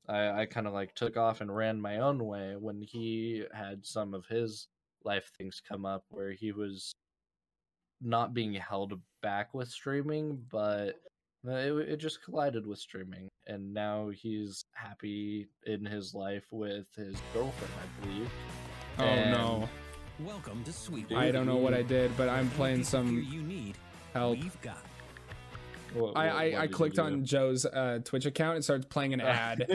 Speaker 2: i i kind of like took off and ran my own way when he had some of his life things come up where he was not being held back with streaming but uh, it, it just collided with streaming and now he's happy in his life with his girlfriend i believe
Speaker 1: Oh
Speaker 2: And-
Speaker 1: no.
Speaker 3: Welcome to Sweet.
Speaker 1: I don't know what I did, but I'm
Speaker 3: I'm
Speaker 1: playing some
Speaker 3: You need.
Speaker 1: help.
Speaker 3: We've got.
Speaker 2: What-
Speaker 1: I,
Speaker 2: what- what
Speaker 1: I, I
Speaker 2: did you
Speaker 1: clicked
Speaker 2: do?
Speaker 1: on Joe's uh, Twitch account and started playing an ad.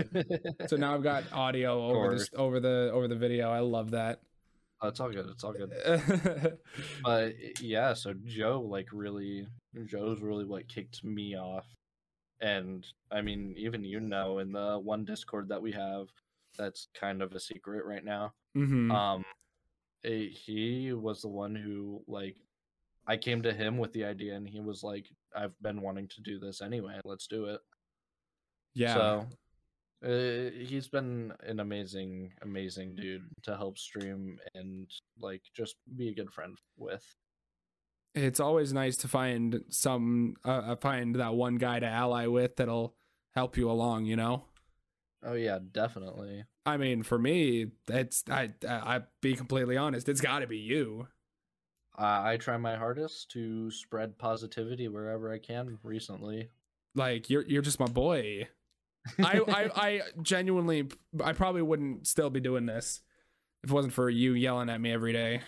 Speaker 1: so now I've got audio
Speaker 2: Of
Speaker 1: over
Speaker 2: course.
Speaker 1: this over the over the video. I love that.
Speaker 2: Oh, it's all good it's all good but eh, yeah so joe like really joe's really what kicked me off and i mean even you know in the one discord that we have that's kind of a secret right now
Speaker 1: Mhm.
Speaker 2: um eh, he was the one who like i came to him with the idea and he was like i've been wanting to do this anyway let's do it
Speaker 1: yeah.
Speaker 2: so uh, he's been an amazing amazing dude to help stream and like just be a good friend with
Speaker 1: It's always nice to find some uh, uh, find that one guy to ally with that'll help you along, you know?
Speaker 2: Oh yeah, definitely.
Speaker 1: I mean, for me, it's I I I be completely honest, it's got to be you.
Speaker 2: Uh, I try my hardest to spread positivity wherever I can. Recently,
Speaker 1: Like you're you're just my boy. I, I I genuinely I probably wouldn't still be doing this if it wasn't for you yelling at me every day.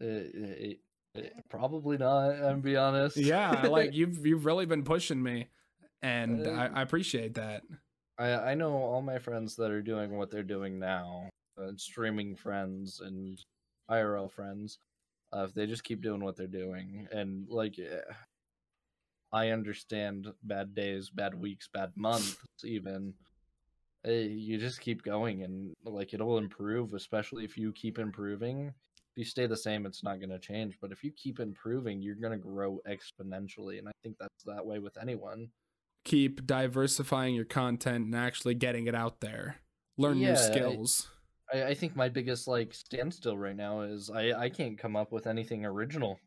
Speaker 2: Uh, uh, uh, probably not. I'm be honest.
Speaker 1: Yeah, like you've you've really been pushing me, and I,
Speaker 2: Uh,
Speaker 1: I appreciate that.
Speaker 2: I I know all my friends that are doing what they're doing now, uh, streaming friends and IRL friends. Uh, if they just keep doing what they're doing, and like, eh, I understand bad days, bad weeks, bad months, even. Eh, You just keep going, and like it'll improve. Especially if you keep improving. If you stay the same, it's not going to change. But if you keep improving, you're going to grow exponentially, and I think that's that way with anyone.
Speaker 1: Keep diversifying your content and actually getting it out there. Learn
Speaker 2: Yeah,
Speaker 1: new
Speaker 2: I-
Speaker 1: skills.
Speaker 2: I, I think my biggest like standstill right now is I, I can't come up with anything original.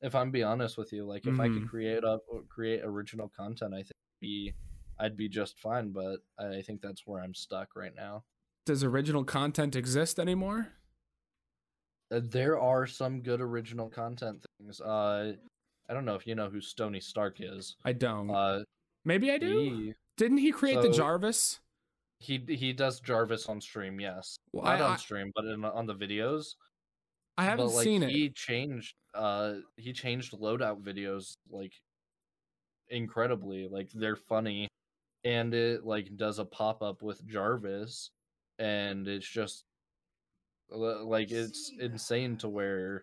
Speaker 2: If I'm be honest with you, like if I
Speaker 1: Mhm.
Speaker 2: could create up or create original content, I think be I'd be just fine. But I I think that's where I'm stuck right now.
Speaker 1: Does original content exist anymore?
Speaker 2: Uh, There are some good original content things. Uh, I don't know if you know who Stony Stark is.
Speaker 1: I don't.
Speaker 2: Uh,
Speaker 1: Maybe I do.
Speaker 2: He,
Speaker 1: Didn't he create the
Speaker 2: so-
Speaker 1: Jarvis?
Speaker 2: he he does Jarvis on stream, yes.
Speaker 1: Well, I,
Speaker 2: Not
Speaker 1: I,
Speaker 2: on stream, but in, on the videos.
Speaker 1: I haven't
Speaker 2: but, like,
Speaker 1: seen
Speaker 2: he
Speaker 1: it.
Speaker 2: changed uh he changed loadout videos like incredibly. Like they're funny. And it like does a pop up with Jarvis and it's just li- like it's insane to where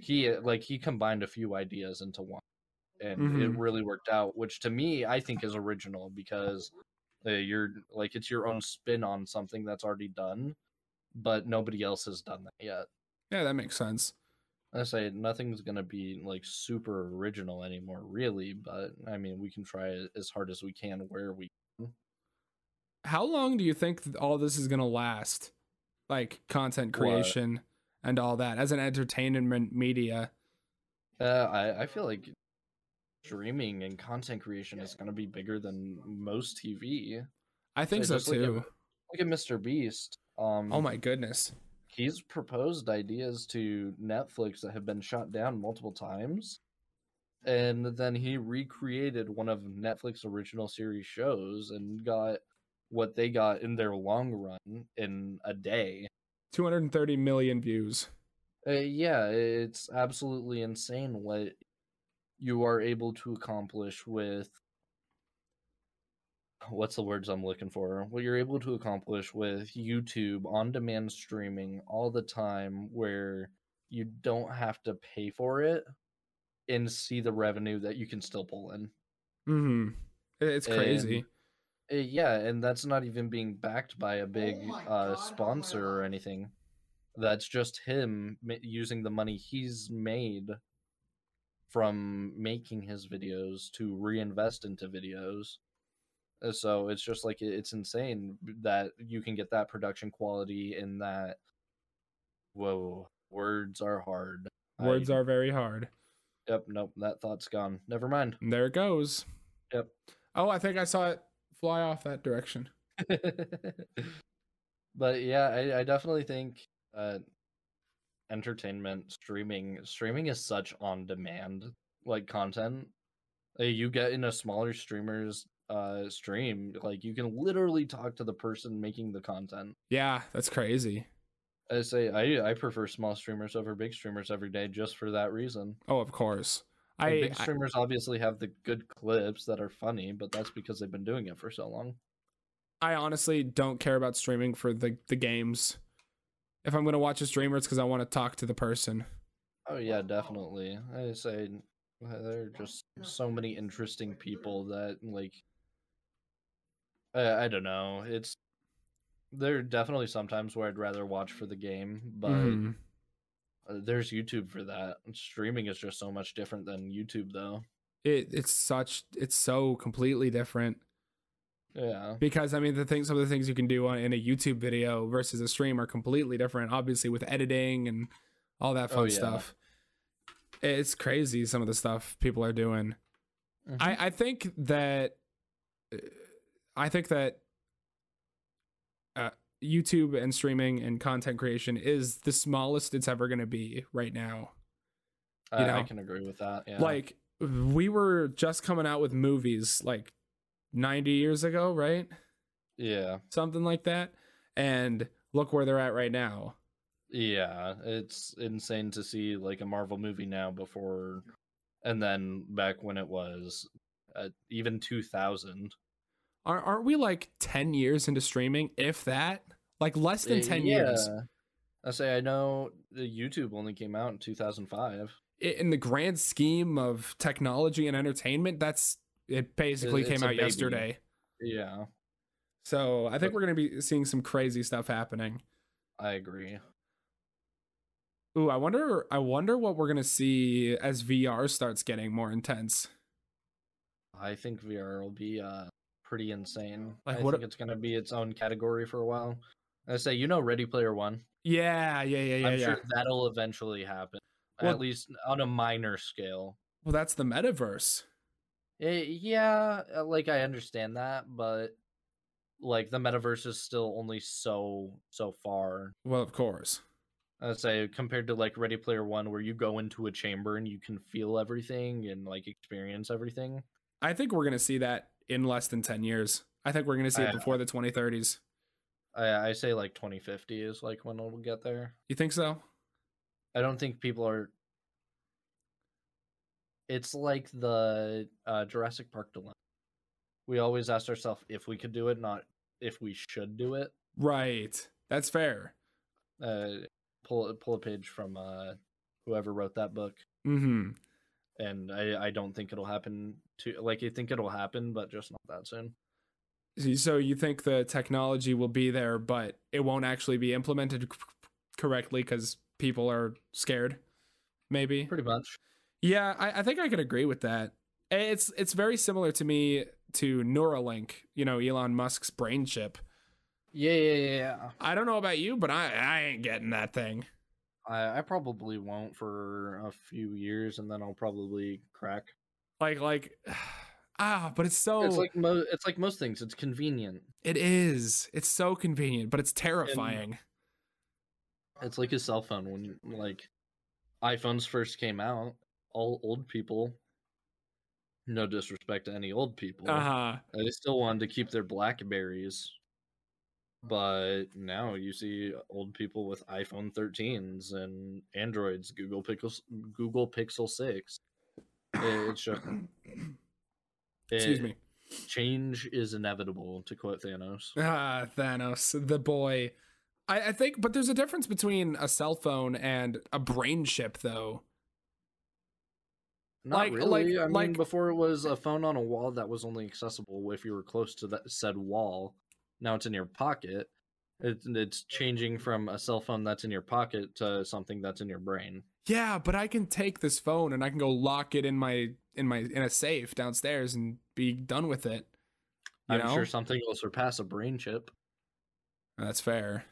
Speaker 2: he uh, like he combined a few ideas into one and it
Speaker 1: Mhm.
Speaker 2: really worked out which to me i think is original because uh, you're like it's your own spin on something that's already done but nobody else has done that yet
Speaker 1: Yeah, that makes sense.
Speaker 2: i say nothing's gonna be like super original anymore really but i mean we can try it as hard as we can where we
Speaker 1: How long do you think th- all this is gonna last? Like content
Speaker 2: What?
Speaker 1: creation and all that as an entertainment media.
Speaker 2: uh, I, I feel like streaming and content creation is gonna be bigger than most tv
Speaker 1: I think so,
Speaker 2: So just look at-
Speaker 1: too.
Speaker 2: look at mr beast um
Speaker 1: Oh my goodness.
Speaker 2: he's proposed ideas to Netflix that have been shot down multiple times. And then he recreated one of Netflix original series shows and got what they got in their long run in a day.
Speaker 1: 230 million views.
Speaker 2: Uh, yeah, it's absolutely insane what you are able to accomplish with what's the words I'm looking for? What you're able to accomplish with YouTube on demand streaming all the time where you don't have to pay for it and see the revenue that you can still pull in.
Speaker 1: Mm-hmm. It's
Speaker 2: And-
Speaker 1: crazy.
Speaker 2: Uh, yeah, and that's not even being backed by a big
Speaker 4: my
Speaker 2: uh,
Speaker 4: God, oh my
Speaker 2: sponsor or
Speaker 4: God.
Speaker 2: anything. That's just him ma- using the money he's made from making his videos to reinvest into videos. Uh, So it's just like it- it's insane b- that you can get that production quality and that. Whoa, words are hard.
Speaker 1: Words
Speaker 2: I-
Speaker 1: are very hard.
Speaker 2: Yep, nope, that thought's gone. Never mind.
Speaker 1: And there it goes.
Speaker 2: Yep.
Speaker 1: Oh, I think I saw it fly off that direction.
Speaker 2: but yeah, I, I definitely think uh, entertainment streaming streaming is such on demand like content. Uh, you get in a smaller streamer's uh, stream, like you can literally talk to the person making the content.
Speaker 1: Yeah, that's crazy.
Speaker 2: I say I I prefer small streamers over big streamers every day just for that reason.
Speaker 1: Oh, of course.
Speaker 2: And
Speaker 1: I,
Speaker 2: big
Speaker 1: I
Speaker 2: streamers obviously have the good clips that are funny, but that's because they've been doing it for so long.
Speaker 1: I honestly don't care about streaming for the the games. If I'm gonna watch a streamer, it's because I want to talk to the person.
Speaker 2: Oh yeah, definitely. I say uh, there are just so many interesting people that like I, I don't know. It's there are definitely sometimes where I'd rather watch for the game, but
Speaker 1: Mhm.
Speaker 2: uh, there's YouTube for that. And Streaming is just so much different than YouTube though.
Speaker 1: It it's such it's so completely different
Speaker 2: Yeah.
Speaker 1: because I mean the things some of the things you can do on, in a YouTube video versus a stream are completely different. Obviously with editing and all that
Speaker 2: Oh,
Speaker 1: fun
Speaker 2: yeah.
Speaker 1: stuff. It's crazy some of the stuff people are doing.
Speaker 2: Mm-hmm.
Speaker 1: I, I think that uh, I think that uh, YouTube and streaming and content creation is the smallest it's ever going to be right now.
Speaker 2: I,
Speaker 1: you
Speaker 2: I
Speaker 1: know,
Speaker 2: can agree with that. Yeah.
Speaker 1: Like we were just coming out with movies like 90 years ago, right?
Speaker 2: yeah.
Speaker 1: Something like that. And look where they're at right now.
Speaker 2: Yeah, it's insane to see like a Marvel movie now before and then back when it was uh, even 2000.
Speaker 1: Are aren't we like 10 years into streaming if that? Like less than
Speaker 2: Uh,
Speaker 1: 10 years.
Speaker 2: yeah. I say I know the YouTube only came out in 2005.
Speaker 1: i- in the grand scheme of technology and entertainment, that's it basically
Speaker 2: It's
Speaker 1: came
Speaker 2: a
Speaker 1: out
Speaker 2: baby.
Speaker 1: yesterday.
Speaker 2: Yeah,
Speaker 1: So I think
Speaker 2: But-
Speaker 1: we're gonna be seeing some crazy stuff happening.
Speaker 2: I agree.
Speaker 1: Ooh, I wonder I wonder what we're gonna see as VR starts getting more intense.
Speaker 2: I think VR will be uh pretty insane.
Speaker 1: Like,
Speaker 2: I
Speaker 1: what-
Speaker 2: think it's going to be its own category for a while. I say you know Ready Player 1.
Speaker 1: Yeah, yeah, yeah, yeah,
Speaker 2: I'm
Speaker 1: yeah.
Speaker 2: sure that'll eventually happen.
Speaker 1: Well-
Speaker 2: At least on a minor scale.
Speaker 1: Well, that's the metaverse.
Speaker 2: Eh, yeah, uh, like I understand that, but like the metaverse is still only so so far.
Speaker 1: Well, of course.
Speaker 2: I say compared to like Ready Player One, where you go into a chamber and you can feel everything and like experience everything.
Speaker 1: I think we're gonna see that in less than ten years. I think we're gonna see
Speaker 2: I-
Speaker 1: it before the 2030s.
Speaker 2: I, I say like 2050 is like when it'll get there.
Speaker 1: You think so?
Speaker 2: I don't think people are. It's like the uh, Jurassic Park dilemma. We always ask ourselves if we could do it, not if we should do it.
Speaker 1: Right. That's fair.
Speaker 2: Uh, pull pull a page from uh, whoever wrote that book,
Speaker 1: Mm-hmm.
Speaker 2: and I, I don't think it'll happen. To like, I think it'll happen, but just not that soon.
Speaker 1: So you think the technology will be there, but it won't actually be implemented c- correctly because people are scared. Maybe.
Speaker 2: Pretty much.
Speaker 1: Yeah, I, I think I could agree with that. It's it's very similar to me to Neuralink. You know, Elon Musk's brain chip.
Speaker 2: Yeah, yeah, yeah, yeah.
Speaker 1: I don't know about you, but I I ain't getting that thing.
Speaker 2: I, I probably won't for a few years, and then I'll probably crack.
Speaker 1: Like like ah, but it's so
Speaker 2: It's like mo- it's like most things. It's convenient.
Speaker 1: it is. It's so convenient, but it's terrifying.
Speaker 2: It's like a cell phone when like iPhones first came out. All old people. No disrespect to any old people.
Speaker 1: Uh huh.
Speaker 2: They still wanted to keep their Blackberries, but now you see old people with iPhone 13s and Androids, Google Pixel, Google Pixel Six. It- It's just
Speaker 1: Excuse
Speaker 2: it-
Speaker 1: me.
Speaker 2: Change is inevitable, to quote Thanos.
Speaker 1: Ah, Thanos, the boy. I, I think, but there's a difference between a cell phone and a brain chip, though.
Speaker 2: Not
Speaker 1: Like- like-
Speaker 2: really. I mean,
Speaker 1: like-
Speaker 2: before it was a phone on a wall that was only accessible if you were close to that said wall. Now it's in your pocket. It's it's changing from a cell phone that's in your pocket to something that's in your brain.
Speaker 1: Yeah, but I can take this phone and I can go lock it in my in my in a safe downstairs and be done with it. You
Speaker 2: I'm
Speaker 1: know? Oh,
Speaker 2: sure something will surpass a brain chip.
Speaker 1: That's fair.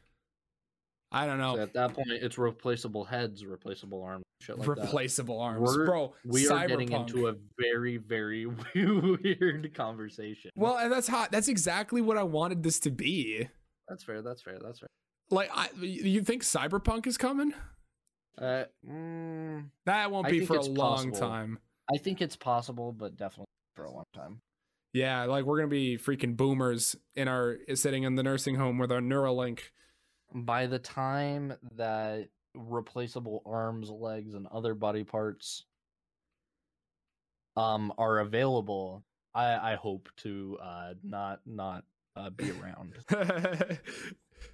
Speaker 1: I don't
Speaker 2: So
Speaker 1: know.
Speaker 2: at that point, it's replaceable heads, replaceable arms, shit like that.
Speaker 1: Replaceable arms,
Speaker 2: We're-
Speaker 1: bro.
Speaker 2: We
Speaker 1: cyberpunk.
Speaker 2: are getting into a very, very weird conversation.
Speaker 1: well, and that's hot. That's exactly what I wanted this to be.
Speaker 2: that's fair. That's fair. That's fair.
Speaker 1: Like, I, you think cyberpunk is coming?
Speaker 2: Uh, mm,
Speaker 1: That won't
Speaker 2: I
Speaker 1: be
Speaker 2: think
Speaker 1: for a
Speaker 2: it's
Speaker 1: long
Speaker 2: possible.
Speaker 1: time.
Speaker 2: I think it's possible, but definitely for a long time.
Speaker 1: Yeah, like we're gonna be freaking boomers in our sitting in the nursing home with our Neuralink.
Speaker 2: By the time that replaceable arms, legs, and other body parts um are available, I I hope to uh not not uh, be around.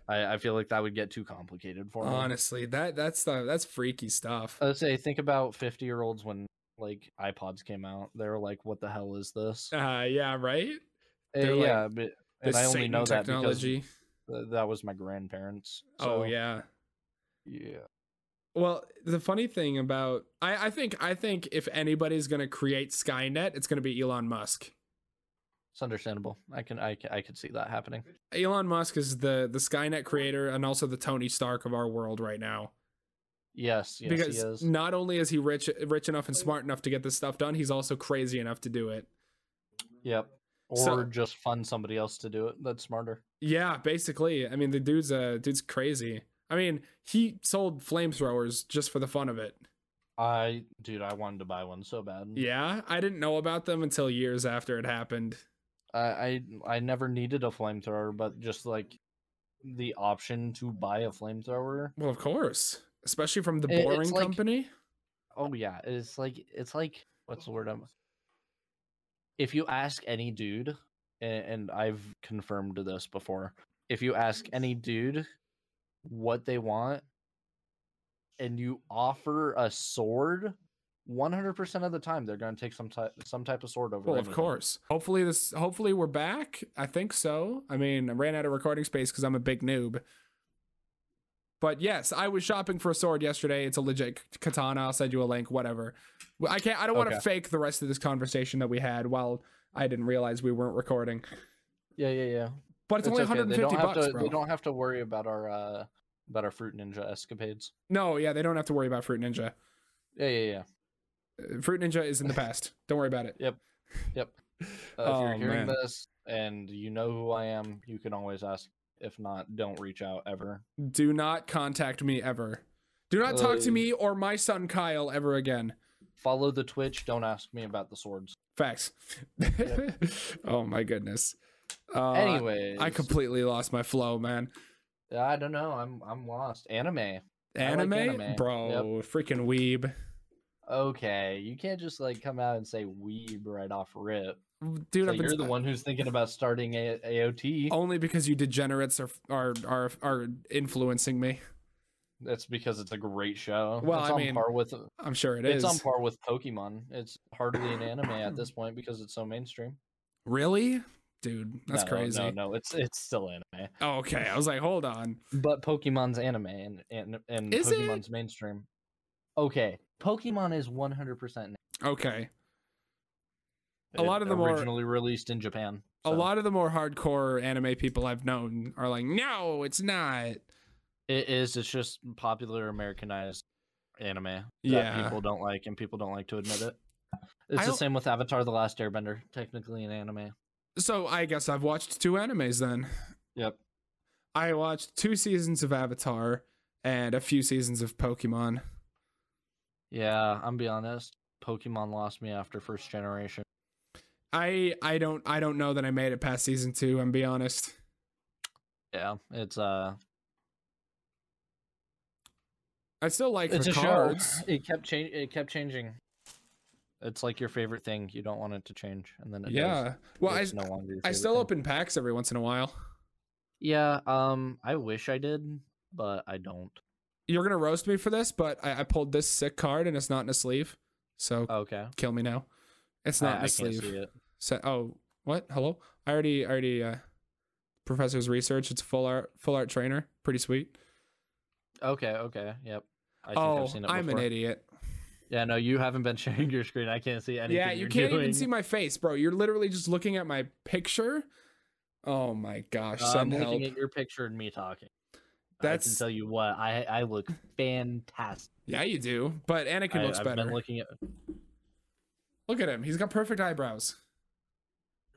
Speaker 2: I I feel like that would get too complicated for me.
Speaker 1: Honestly, that that's the that's freaky stuff.
Speaker 2: I would say think about fifty year olds when like iPods came out. They were like, "What the hell is this?" Uh,
Speaker 1: Uh, yeah, right. they're like,
Speaker 2: yeah, but and
Speaker 1: This
Speaker 2: I only
Speaker 1: Satan
Speaker 2: know that
Speaker 1: technology.
Speaker 2: because th- that was my grandparents.
Speaker 1: oh
Speaker 2: so,
Speaker 1: yeah.
Speaker 2: yeah.
Speaker 1: Well, the funny thing about I I think I think if anybody's gonna create Skynet, it's gonna be Elon Musk.
Speaker 2: It's understandable. I can I can, I could see that happening.
Speaker 1: Elon Musk is the the Skynet creator and also the Tony Stark of our world right now.
Speaker 2: Yes, yes,
Speaker 1: because
Speaker 2: he is.
Speaker 1: not only is he rich rich enough and smart enough to get this stuff done, he's also crazy enough to do it.
Speaker 2: Yep. Or
Speaker 1: So-
Speaker 2: just fund somebody else to do it. That's smarter.
Speaker 1: Yeah, basically. I mean, the dude's uh dude's crazy. I mean, he sold flamethrowers just for the fun of it.
Speaker 2: I dude, I wanted to buy one so bad.
Speaker 1: Yeah, I didn't know about them until years after it happened.
Speaker 2: I I, I never needed a flamethrower, but just like the option to buy a flamethrower.
Speaker 1: Well, of course, especially from the
Speaker 2: It- it's
Speaker 1: Boring
Speaker 2: like-
Speaker 1: Company.
Speaker 2: Oh yeah, it's like it's like what's the word? I'm. If you ask any dude, and, and I've confirmed this before, if you ask any dude what they want, and you offer a sword, one hundred percent of the time they're going to take some type some type of sword over.
Speaker 1: Well, of
Speaker 2: anything.
Speaker 1: course. Hopefully this. Hopefully we're back. I think so. I mean, I ran out of recording space because I'm a big noob. But yes, I was shopping for a sword yesterday. It's a legit k- katana. I'll send you a link. Whatever. Well, I can't. I don't want to
Speaker 2: Okay.
Speaker 1: fake the rest of this conversation that we had while I didn't realize we weren't recording.
Speaker 2: Yeah, yeah, yeah.
Speaker 1: But it's, only
Speaker 2: okay. They
Speaker 1: 150
Speaker 2: don't have
Speaker 1: bucks,
Speaker 2: to.
Speaker 1: bro.
Speaker 2: They don't have to worry about our uh about our fruit ninja escapades.
Speaker 1: No, yeah, they don't have to worry about Fruit Ninja.
Speaker 2: Yeah, yeah, yeah.
Speaker 1: Uh, Fruit Ninja is in the past. don't worry about it.
Speaker 2: Uh, if
Speaker 1: Oh,
Speaker 2: you're
Speaker 1: man.
Speaker 2: hearing this and you know who I am, you can always ask. If not, don't reach out ever.
Speaker 1: Do not contact me ever. Do not talk to
Speaker 2: Uh,
Speaker 1: me or my son Kyle ever again.
Speaker 2: Follow the Twitch. Don't ask me about the swords.
Speaker 1: Facts. oh my goodness. Uh,
Speaker 2: Anyways,
Speaker 1: I completely lost my flow, man.
Speaker 2: I don't know. I'm I'm lost. Anime. I like
Speaker 1: Anime,
Speaker 2: anime.
Speaker 1: bro, freaking weeb.
Speaker 2: Okay, you can't just like come out and say weeb right off rip.
Speaker 1: Dude,
Speaker 2: So
Speaker 1: I've been uh, Oh.
Speaker 2: you're the one who's thinking about starting a- AOT.
Speaker 1: only because you degenerates are are are, are influencing me.
Speaker 2: That's because it's a great show.
Speaker 1: Well,
Speaker 2: it's
Speaker 1: I
Speaker 2: on
Speaker 1: mean,
Speaker 2: par with
Speaker 1: I'm sure it
Speaker 2: it's
Speaker 1: is.
Speaker 2: on par with Pokemon. It's hardly an anime at this point because it's so mainstream.
Speaker 1: really, dude, that's
Speaker 2: No,
Speaker 1: crazy.
Speaker 2: No, no, it's it's still anime,
Speaker 1: Oh, okay, I was like, hold on.
Speaker 2: but Pokemon's anime and and, and
Speaker 1: Is it?
Speaker 2: Pokemon's mainstream. Okay, Pokemon is 100. percent
Speaker 1: Okay, A lot of them are-
Speaker 2: originally released in Japan.
Speaker 1: a
Speaker 2: so
Speaker 1: lot of the more hardcore anime people I've known are like, no, it's not.
Speaker 2: It is. It's just popular Americanized anime that
Speaker 1: Yeah.
Speaker 2: people don't like, and people don't like to admit it. It's
Speaker 1: I
Speaker 2: the
Speaker 1: don't-
Speaker 2: same with Avatar: The Last Airbender, technically an anime.
Speaker 1: So I guess I've watched two animes then.
Speaker 2: Yep.
Speaker 1: I watched two seasons of Avatar and a few seasons of Pokemon.
Speaker 2: Yeah, I'm be honest. Pokemon lost me after first generation.
Speaker 1: I I don't I don't know that I made it past season two. I'm be honest.
Speaker 2: Yeah, it's uh,
Speaker 1: I still like
Speaker 2: it's
Speaker 1: the
Speaker 2: a
Speaker 1: cards.
Speaker 2: show. It kept changing. It kept changing. It's like your favorite thing. You don't want it to change, and then it Does.
Speaker 1: Yeah. Well, I
Speaker 2: It's no longer your
Speaker 1: I
Speaker 2: favorite
Speaker 1: still
Speaker 2: thing.
Speaker 1: open packs every once in a while.
Speaker 2: Yeah. Um, I wish I did, but I don't.
Speaker 1: You're gonna roast me for this, but I, I pulled this sick card and it's not in a sleeve. So
Speaker 2: Okay.
Speaker 1: kill me now. It's
Speaker 2: Oh. I-
Speaker 1: not
Speaker 2: I,
Speaker 1: in a
Speaker 2: can't see
Speaker 1: sleeve.
Speaker 2: it.
Speaker 1: So oh what? Hello? I already I already uh professor's research. It's a full art full art trainer. Pretty sweet.
Speaker 2: Okay. Okay. Yep. I think
Speaker 1: oh,
Speaker 2: I've seen it
Speaker 1: I'm an
Speaker 2: before.
Speaker 1: idiot.
Speaker 2: Yeah, no, you haven't been sharing your screen. I can't see anything.
Speaker 1: Yeah, you
Speaker 2: you're
Speaker 1: can't
Speaker 2: doing.
Speaker 1: even see my face, bro. You're literally just looking at my picture. Oh my gosh,
Speaker 2: Uh, I'm
Speaker 1: send
Speaker 2: looking
Speaker 1: help.
Speaker 2: at your picture and me talking. I
Speaker 1: That's-
Speaker 2: can tell you what I I look fantastic.
Speaker 1: yeah, you do. But Anakin
Speaker 2: I,
Speaker 1: looks
Speaker 2: have
Speaker 1: better.
Speaker 2: been looking at.
Speaker 1: Look at him. He's got perfect eyebrows.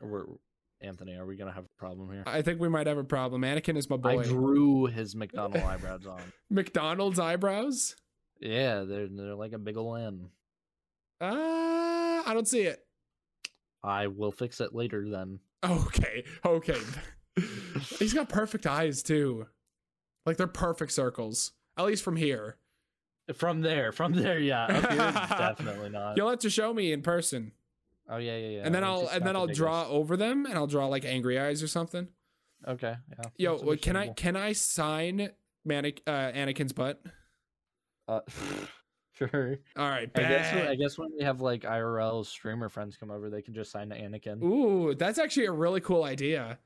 Speaker 2: We're, Anthony, are we gonna have a problem here?
Speaker 1: I think we might have a problem. Anakin is my
Speaker 2: I
Speaker 1: boy.
Speaker 2: drew his McDonald eyebrows on.
Speaker 1: McDonald's eyebrows?
Speaker 2: Yeah, they're they're like a big ol' M.
Speaker 1: Uh, I don't see it.
Speaker 2: I will fix it later. Then
Speaker 1: Okay, okay. He's got perfect eyes too. Like they're perfect circles. At least from here.
Speaker 2: from there, from there, yeah, up here, definitely not.
Speaker 1: You'll have to show me in person.
Speaker 2: Oh yeah, Uh, yeah, yeah.
Speaker 1: and then
Speaker 2: we
Speaker 1: I'll
Speaker 2: just
Speaker 1: and
Speaker 2: got
Speaker 1: then
Speaker 2: the
Speaker 1: I'll
Speaker 2: biggest-
Speaker 1: draw over them and I'll draw like angry eyes or something.
Speaker 2: Okay, yeah.
Speaker 1: Yo,
Speaker 2: that's
Speaker 1: wait, can I
Speaker 2: understandable.
Speaker 1: can I sign Manic uh, Anakin's butt?
Speaker 2: Uh, sure.
Speaker 1: All right,
Speaker 2: I guess, when, I
Speaker 1: bet.
Speaker 2: guess when we have like IRL streamer friends come over, they can just sign to Anakin.
Speaker 1: Ooh, that's actually a really cool idea.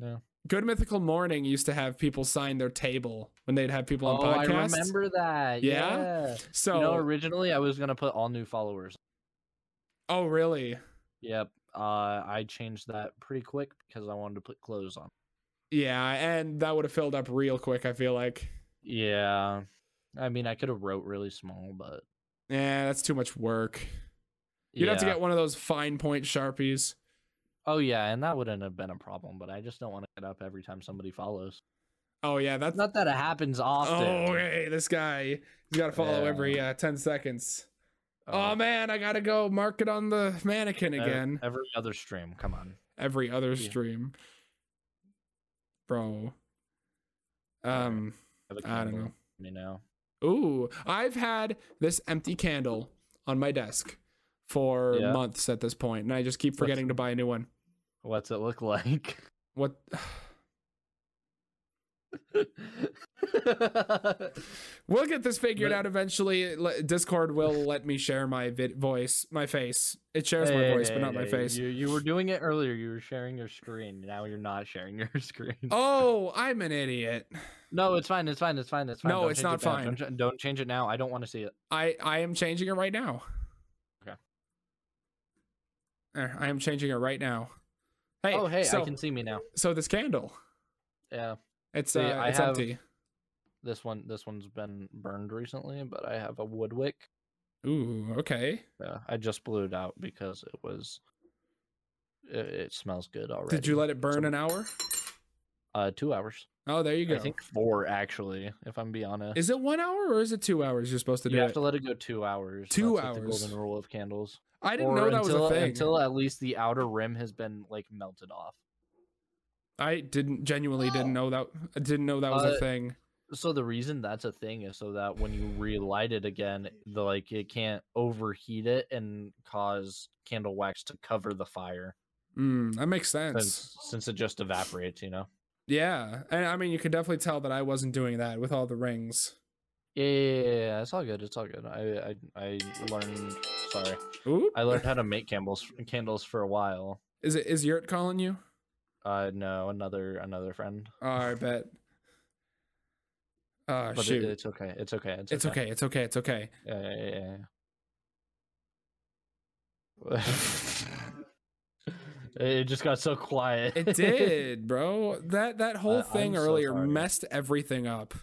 Speaker 2: Yeah.
Speaker 1: Good Mythical Morning used to have people sign their table when they'd have people on
Speaker 2: oh, I
Speaker 1: podcasts.
Speaker 2: remember that.
Speaker 1: Yeah?
Speaker 2: Yeah.
Speaker 1: So,
Speaker 2: you know, originally I was gonna put all new followers.
Speaker 1: oh really?
Speaker 2: Yep. Uh, I changed that pretty quick because I wanted to put clothes on.
Speaker 1: Yeah, and that would have filled up real quick. I feel like.
Speaker 2: Yeah. I mean, I could have wrote really small, but
Speaker 1: Yeah, that's too much work. You'd have to
Speaker 2: yeah.
Speaker 1: get one of those fine point sharpies.
Speaker 2: Oh yeah, and that wouldn't have been a problem, but I just don't want to get up every time somebody follows.
Speaker 1: Oh yeah, that's
Speaker 2: Not that it happens often.
Speaker 1: Oh, hey, this guy. He's got to follow
Speaker 2: Yeah.
Speaker 1: every uh, 10 seconds.
Speaker 2: Uh,
Speaker 1: Oh, man, I got to go mark it on the mannequin
Speaker 2: ev-
Speaker 1: again.
Speaker 2: Every other stream, come on.
Speaker 1: Every other
Speaker 2: yeah.
Speaker 1: stream. Bro. Um,
Speaker 2: Have a
Speaker 1: I don't
Speaker 2: candle
Speaker 1: know.
Speaker 2: on Me now.
Speaker 1: Ooh, I've had this empty candle on my desk for
Speaker 2: Yeah.
Speaker 1: months at this point, and I just keep
Speaker 2: What's-
Speaker 1: forgetting to buy a new one.
Speaker 2: What's it look like?
Speaker 1: What? We'll get this figured
Speaker 2: But-
Speaker 1: out eventually. Le- Discord will let me share my vid- voice, my face. It shares my voice, but not my
Speaker 2: Hey,
Speaker 1: face.
Speaker 2: You, you were doing it earlier. You were sharing your screen. Now you're not sharing your screen.
Speaker 1: Oh, I'm an idiot.
Speaker 2: No, it's fine. It's fine. It's fine. It's fine.
Speaker 1: No,
Speaker 2: Don't
Speaker 1: it's
Speaker 2: change
Speaker 1: not
Speaker 2: it now,
Speaker 1: fine.
Speaker 2: Don't, ch- don't change it now. I don't want to see it.
Speaker 1: I I am changing it right now.
Speaker 2: Okay.
Speaker 1: There, I am changing it right now. Hey,
Speaker 2: oh, hey,
Speaker 1: so,
Speaker 2: I can see me now.
Speaker 1: so this candle,
Speaker 2: Yeah,
Speaker 1: it's
Speaker 2: See,
Speaker 1: uh,
Speaker 2: I
Speaker 1: it's
Speaker 2: have-
Speaker 1: empty.
Speaker 2: this one, this one's been burned recently, but I have a wood wick.
Speaker 1: Ooh, okay.
Speaker 2: Yeah, I just blew it out because it was. It, it smells good already.
Speaker 1: Did you let it burn
Speaker 2: So-
Speaker 1: an hour?
Speaker 2: Uh, two hours.
Speaker 1: Oh, there you go.
Speaker 2: I think four actually, if I'm being honest.
Speaker 1: is it one hour or is it two hours? You're supposed to do
Speaker 2: you have
Speaker 1: it.
Speaker 2: to let it go two hours.
Speaker 1: Two
Speaker 2: That's, like, the
Speaker 1: hours.
Speaker 2: golden rule of candles.
Speaker 1: I didn't
Speaker 2: Or
Speaker 1: know that
Speaker 2: until,
Speaker 1: was a thing.
Speaker 2: Until at least the outer rim has been like melted off.
Speaker 1: I didn't genuinely didn't know that. I didn't know that was a
Speaker 2: Oh. Uh,
Speaker 1: thing.
Speaker 2: So the reason that's a thing is so that when you relight it again, the like it can't overheat it and cause candle wax to cover the fire
Speaker 1: Mm, that makes sense.
Speaker 2: since, since it just evaporates. You know.
Speaker 1: Yeah, and I mean, you can definitely tell that I wasn't doing that with all the rings.
Speaker 2: Yeah, yeah, yeah, yeah, it's all good. It's all good. I I, I learned. Sorry,
Speaker 1: Oop.
Speaker 2: I learned how to make candles candles for a while.
Speaker 1: Is it is Yurt calling you?
Speaker 2: Uh, no, another another friend.
Speaker 1: Oh, I bet. Oh
Speaker 2: but
Speaker 1: shoot!
Speaker 2: it, it's okay. It's okay. It's,
Speaker 1: it's okay. It's okay. It's okay.
Speaker 2: Yeah, yeah, yeah, yeah, yeah. it just got so quiet.
Speaker 1: It did, bro. That that whole
Speaker 2: I-
Speaker 1: thing
Speaker 2: I'm so
Speaker 1: earlier
Speaker 2: sorry.
Speaker 1: messed everything up.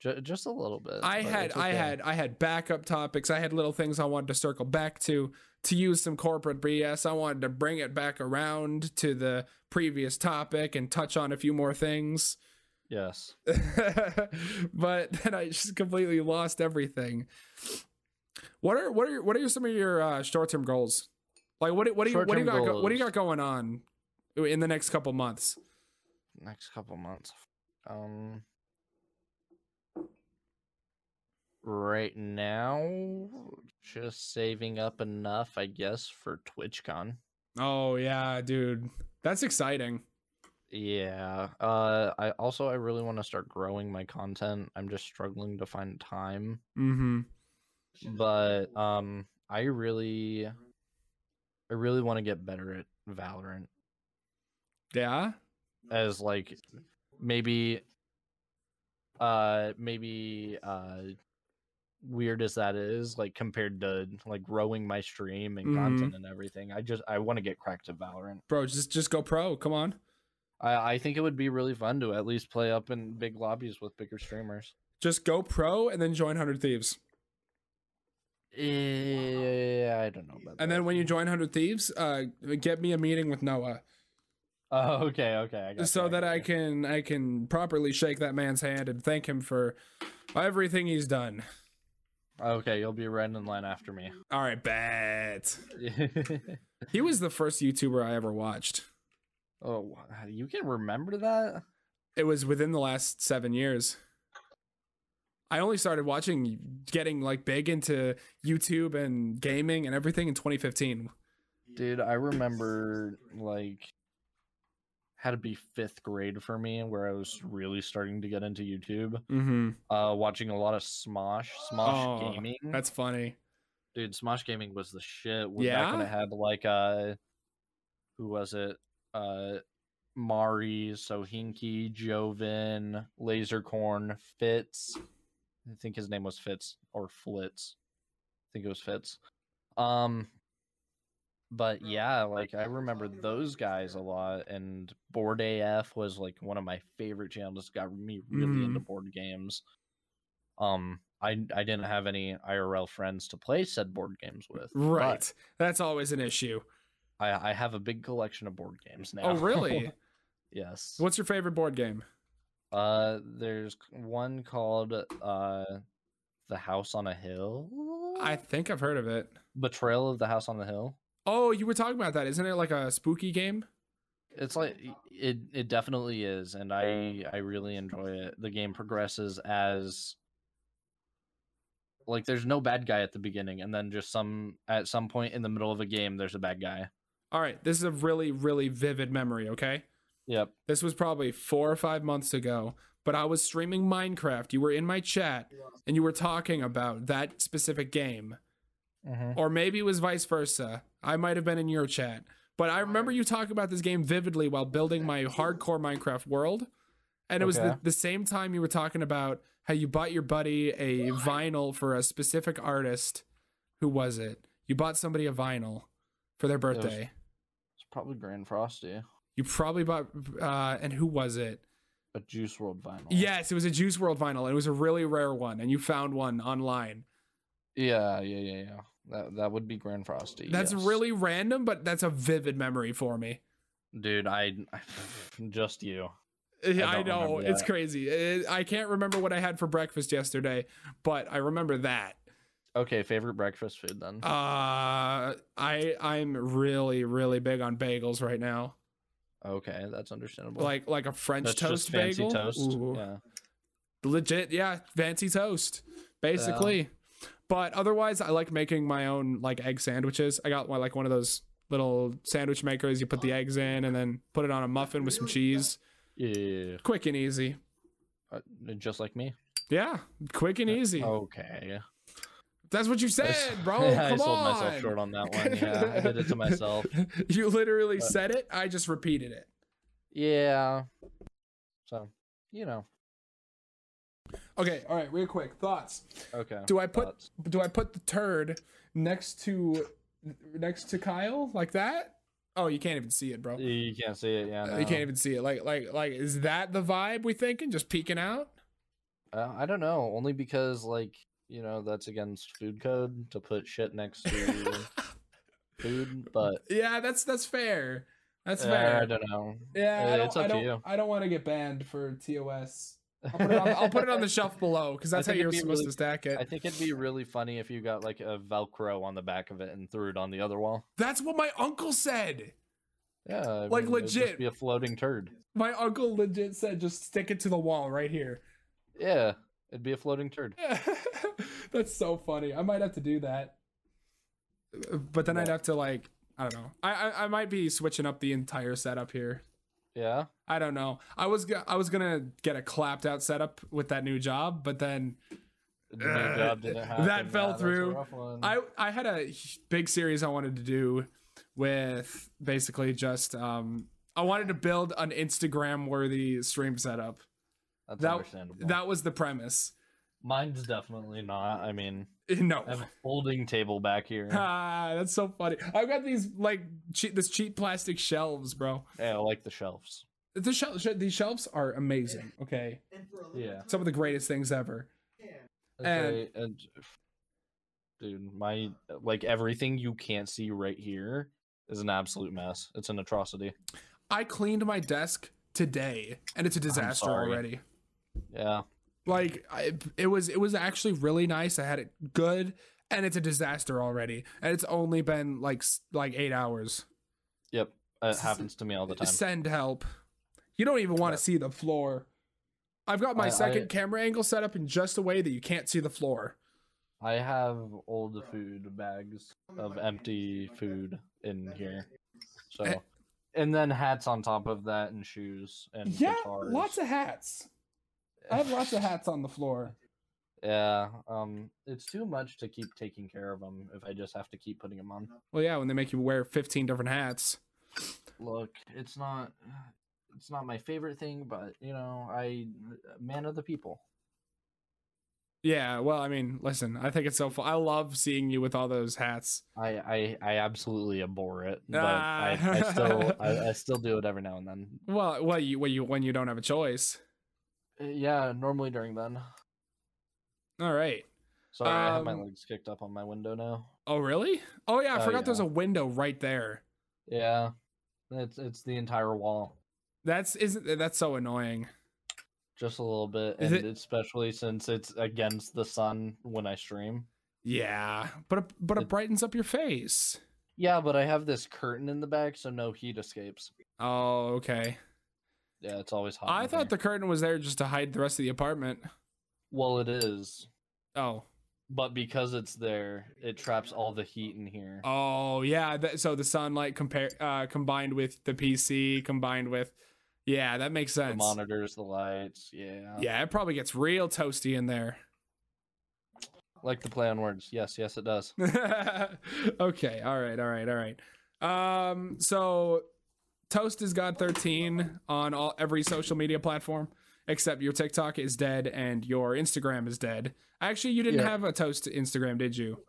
Speaker 2: Ju- just a little bit.
Speaker 1: I
Speaker 2: but
Speaker 1: had
Speaker 2: it's
Speaker 1: I
Speaker 2: okay.
Speaker 1: had I had backup topics. I had little things I wanted to circle back to to use some corporate BS. I wanted to bring it back around to the previous topic and touch on a few more things.
Speaker 2: Yes.
Speaker 1: but then I just completely lost everything. What are what are your, what are your- some of your uh, short term goals? Like what do- what do you what do you got
Speaker 2: Short-term
Speaker 1: go, what do you
Speaker 2: goals.
Speaker 1: got going on in the next couple months?
Speaker 2: Next couple months. Um. Right now, just saving up enough, I guess, for TwitchCon.
Speaker 1: Oh yeah, dude, that's exciting.
Speaker 2: Yeah. Uh. I also I really want to start growing my content. I'm just struggling to find time.
Speaker 1: Mm-hmm.
Speaker 2: but um i really i really want to get better at valorant
Speaker 1: Yeah.
Speaker 2: as like maybe uh maybe uh weird as that is like compared to like growing my stream and
Speaker 1: Mhm.
Speaker 2: content and everything i just i want to get cracked at valorant
Speaker 1: Bro, just just go pro. Come on.
Speaker 2: i i think it would be really fun to at least play up in big lobbies with bigger streamers
Speaker 1: Just go pro and then join 100 Thieves.
Speaker 2: yeah i don't know about
Speaker 1: And
Speaker 2: that.
Speaker 1: then when you join 100 Thieves, uh get me a meeting with Noah
Speaker 2: oh okay okay I got
Speaker 1: so
Speaker 2: you,
Speaker 1: that
Speaker 2: got
Speaker 1: I
Speaker 2: you.
Speaker 1: can I can properly shake that man's hand and thank him for everything he's done.
Speaker 2: okay you'll be right in line after me
Speaker 1: All right, bet. He was the first YouTuber I ever watched.
Speaker 2: oh, wow, you can remember that?
Speaker 1: It was within the last 7 years. I only started watching getting like big into YouTube and gaming and everything in 2015.
Speaker 2: Dude, I remember like had to be fifth grade for me where I was really starting to get into YouTube.
Speaker 1: Mhm.
Speaker 2: Uh watching a lot of Smosh, Smosh
Speaker 1: Oh,
Speaker 2: Gaming.
Speaker 1: That's funny.
Speaker 2: Dude, Smosh Gaming was the shit. When, Back when
Speaker 1: Yeah?
Speaker 2: it had like uh who was it? Uh Mari, Sohinki, Joven, Lasercorn, Fitz. I think his name was Fitz or Flitz. I think it was Fitz. Um but yeah, like I remember those guys a lot and Board AF was like one of my favorite channels. Got me really into board games. Um I I didn't have any IRL friends to play said board games with. but
Speaker 1: Right. That's always an issue.
Speaker 2: I, I have a big collection of board games now.
Speaker 1: Oh, really?
Speaker 2: yes.
Speaker 1: What's your favorite board game?
Speaker 2: Uh, there's one called uh, the House on a Hill.
Speaker 1: I think I've heard of it.
Speaker 2: Betrayal of the House on the Hill.
Speaker 1: Oh, you were talking about that. Isn't it like a spooky game?
Speaker 2: It's like it. It definitely is, and I I really enjoy it. The game progresses as like there's no bad guy at the beginning, and then just some at some point in the middle of a game, there's a bad guy.
Speaker 1: All right. This is a really, really vivid memory, okay?
Speaker 2: Yep.
Speaker 1: This was probably four or five months ago, but I was streaming Minecraft. You were in my chat and you were talking about that specific game.
Speaker 2: Mm-hmm.
Speaker 1: Or maybe it was vice versa. I might have been in your chat. But I remember you talking about this game vividly while building my hardcore Minecraft world. And it was the,
Speaker 2: Okay.
Speaker 1: the same time you were talking about how you bought your buddy a vinyl for a specific artist. Who was it? You bought somebody a vinyl for their
Speaker 2: was-
Speaker 1: birthday.
Speaker 2: It's probably Grand Frosty,
Speaker 1: You probably bought, uh, and who was it?
Speaker 2: a Juice World vinyl.
Speaker 1: Yes, it was a Juice World vinyl. and It was a really rare one, and you found one online.
Speaker 2: Yeah, yeah, yeah, yeah. That that would be Grand Frosty.
Speaker 1: That's
Speaker 2: yes.
Speaker 1: really random, but that's a vivid memory for me.
Speaker 2: dude. I just you.
Speaker 1: Yeah,
Speaker 2: I
Speaker 1: I,
Speaker 2: don't
Speaker 1: know
Speaker 2: remember
Speaker 1: it's
Speaker 2: that.
Speaker 1: crazy. It- I can't remember what I had for breakfast yesterday, but I remember that.
Speaker 2: Okay, favorite breakfast food then.
Speaker 1: Uh, I I'm really really big on bagels right now.
Speaker 2: okay, that's understandable.
Speaker 1: Like like a French
Speaker 2: that's
Speaker 1: toast
Speaker 2: just fancy
Speaker 1: bagel.
Speaker 2: toast.
Speaker 1: Ooh.
Speaker 2: Yeah.
Speaker 1: legit yeah fancy toast basically but otherwise i like making my own like egg sandwiches i got one- like one of those little sandwich makers you put the eggs in and then put it on a muffin with some cheese
Speaker 2: Yeah, yeah, yeah.
Speaker 1: quick and easy
Speaker 2: Uh, just like me.
Speaker 1: yeah quick and easy
Speaker 2: Okay.
Speaker 1: that's what you said bro
Speaker 2: Oh. I
Speaker 1: come
Speaker 2: sold
Speaker 1: on
Speaker 2: myself short on that one. Yeah, I did it to myself.
Speaker 1: you literally
Speaker 2: But-
Speaker 1: said it i just repeated it
Speaker 2: Yeah. So, you know.
Speaker 1: okay all right real quick thoughts
Speaker 2: Okay.
Speaker 1: do i put
Speaker 2: thoughts.
Speaker 1: do i put the turd next to next to kyle like that oh you can't even see it bro
Speaker 2: You can't see it. Yeah.
Speaker 1: Uh, You
Speaker 2: no.
Speaker 1: can't even see it. Like, like, like, is that the vibe we thinking? Just peeking out?
Speaker 2: Uh, I don't know. Only because, like, you know, that's against food code to put shit next to food. But
Speaker 1: yeah, that's that's fair. That's
Speaker 2: uh,
Speaker 1: fair.
Speaker 2: I don't know.
Speaker 1: yeah,
Speaker 2: Uh,
Speaker 1: I don't,
Speaker 2: it's up
Speaker 1: I
Speaker 2: to
Speaker 1: don't,
Speaker 2: you.
Speaker 1: I don't want to get banned for TOS. I'll put it on, I'll put it on the shelf below because
Speaker 2: I
Speaker 1: that's how
Speaker 2: think
Speaker 1: you're
Speaker 2: it'd be
Speaker 1: supposed
Speaker 2: really-
Speaker 1: to stack it.
Speaker 2: I think it'd be really funny if you got like a Velcro on the back of it and threw it on the other wall.
Speaker 1: that's what my uncle said.
Speaker 2: Yeah, I
Speaker 1: Like,
Speaker 2: mean, it'd just
Speaker 1: legit.
Speaker 2: be a floating turd.
Speaker 1: My uncle legit said, just stick it to the wall right here.
Speaker 2: Yeah, it'd be a floating turd.
Speaker 1: that's so funny. I might have to do that. But then I'd
Speaker 2: Yeah.
Speaker 1: have to like, I don't know. I, I I might be switching up the entire setup here.
Speaker 2: Yeah,
Speaker 1: I don't know. I was go- I was gonna get a clapped out setup with that new job, but then
Speaker 2: The
Speaker 1: Uh,
Speaker 2: new job didn't
Speaker 1: that
Speaker 2: happen.
Speaker 1: fell
Speaker 2: that's a
Speaker 1: through.
Speaker 2: rough one.
Speaker 1: I I had a h- big series I wanted to do with basically just um I wanted to build an Instagram worthy stream setup.
Speaker 2: that's
Speaker 1: that-
Speaker 2: understandable.
Speaker 1: That was the premise.
Speaker 2: Mine's definitely not. I mean,
Speaker 1: No.
Speaker 2: I have a folding table back here.
Speaker 1: Ah, that's so funny. I've got these like cheap this cheap plastic shelves, bro.
Speaker 2: yeah, I like the shelves.
Speaker 1: The shel- sh- these shelves are amazing. Okay,
Speaker 2: Yeah,
Speaker 1: some of the greatest things ever.
Speaker 2: that's
Speaker 1: And-
Speaker 2: right, and dude, my like everything you can't see right here is an absolute mess. It's an atrocity.
Speaker 1: I cleaned my desk today, and it's a disaster
Speaker 2: sorry.
Speaker 1: already.
Speaker 2: Yeah,
Speaker 1: like I, it was it was actually really nice i had it good and it's a disaster already and it's only been like s- like eight hours
Speaker 2: yep, it
Speaker 1: S-
Speaker 2: happens to me all the time.
Speaker 1: send help you don't even want to see the floor i've got my
Speaker 2: I- I-
Speaker 1: second camera angle set up in just a way that you can't see the floor
Speaker 2: I have old food bags of empty food in here. So
Speaker 1: Eh.
Speaker 2: and then hats on top of that and shoes and
Speaker 1: yeah
Speaker 2: guitars.
Speaker 1: lots of hats i have lots of hats on the floor
Speaker 2: Yeah, um it's too much to keep taking care of them if I just have to keep putting them on.
Speaker 1: well yeah when they make you wear 15 different hats
Speaker 2: Look, it's not it's not my favorite thing, but you know, I man of the people.
Speaker 1: yeah well i mean listen i think it's so fun i love seeing you with all those hats
Speaker 2: I I, I absolutely abhor it, but I, I still
Speaker 1: Ah.
Speaker 2: I, I still do it every now and then.
Speaker 1: well well you when you when you don't have a choice
Speaker 2: Uh, Yeah, normally during then.
Speaker 1: all right
Speaker 2: Sorry, I have my
Speaker 1: Um,
Speaker 2: legs kicked up on my window now.
Speaker 1: Oh really? Oh yeah, I
Speaker 2: Oh,
Speaker 1: forgot
Speaker 2: yeah.
Speaker 1: there's a window right there.
Speaker 2: Yeah, it's it's the entire wall,
Speaker 1: That's isn't that's so annoying.
Speaker 2: just a little bit,
Speaker 1: Is
Speaker 2: and
Speaker 1: it-
Speaker 2: especially since it's against the sun when I stream.
Speaker 1: Yeah, but it, but it
Speaker 2: It-
Speaker 1: brightens up your face.
Speaker 2: Yeah, but I have this curtain in the back, so no heat escapes.
Speaker 1: Oh okay.
Speaker 2: Yeah, it's always hot.
Speaker 1: I
Speaker 2: in
Speaker 1: thought
Speaker 2: here.
Speaker 1: the curtain was there just to hide the rest of the apartment.
Speaker 2: well, it is,
Speaker 1: Oh
Speaker 2: but because it's there, it traps all the heat in here.
Speaker 1: oh yeah. That, so the sunlight compare uh, combined with the PC combined with yeah that makes
Speaker 2: the
Speaker 1: sense.
Speaker 2: monitors, the lights. Yeah.
Speaker 1: Yeah, it probably gets real toasty in there.
Speaker 2: Like the play on words. Yes, yes, it does.
Speaker 1: okay, all right, all right, all right. Um, so Toast is God 13 on all every social media platform except your TikTok is dead and your Instagram is dead. Actually, you didn't
Speaker 2: Yeah.
Speaker 1: have a Toast Instagram, did you?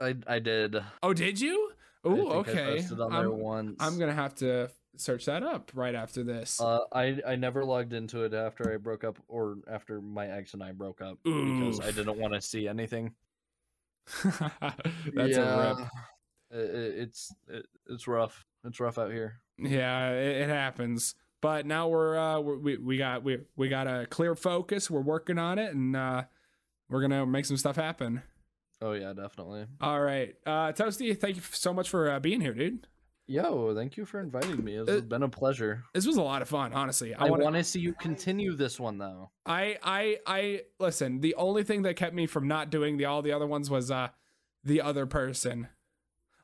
Speaker 2: I I did.
Speaker 1: Oh, did you?
Speaker 2: I
Speaker 1: Oh,
Speaker 2: think I
Speaker 1: okay.
Speaker 2: posted on there
Speaker 1: I'm,
Speaker 2: once.
Speaker 1: I'm gonna have to search that up right after this.
Speaker 2: Uh, I I never logged into it after I broke up or after my ex and I broke up because I
Speaker 1: Oof.
Speaker 2: didn't want to see anything.
Speaker 1: That's a rip.
Speaker 2: It, it's it, it's rough. It's rough out here.
Speaker 1: Yeah, it, it happens. But now we're uh we're, we we got we we got a clear focus. We're working on it, and uh, we're gonna make some stuff happen.
Speaker 2: Oh yeah, definitely.
Speaker 1: All right, uh, Toasty, thank you so much for uh, being here, dude.
Speaker 2: Yo, thank you for inviting me. It's
Speaker 1: Uh,
Speaker 2: been a pleasure.
Speaker 1: This was a lot of fun, honestly.
Speaker 2: I,
Speaker 1: wanna-
Speaker 2: want to see you continue this one though.
Speaker 1: I I I listen. The only thing that kept me from not doing the all the other ones was uh the other person,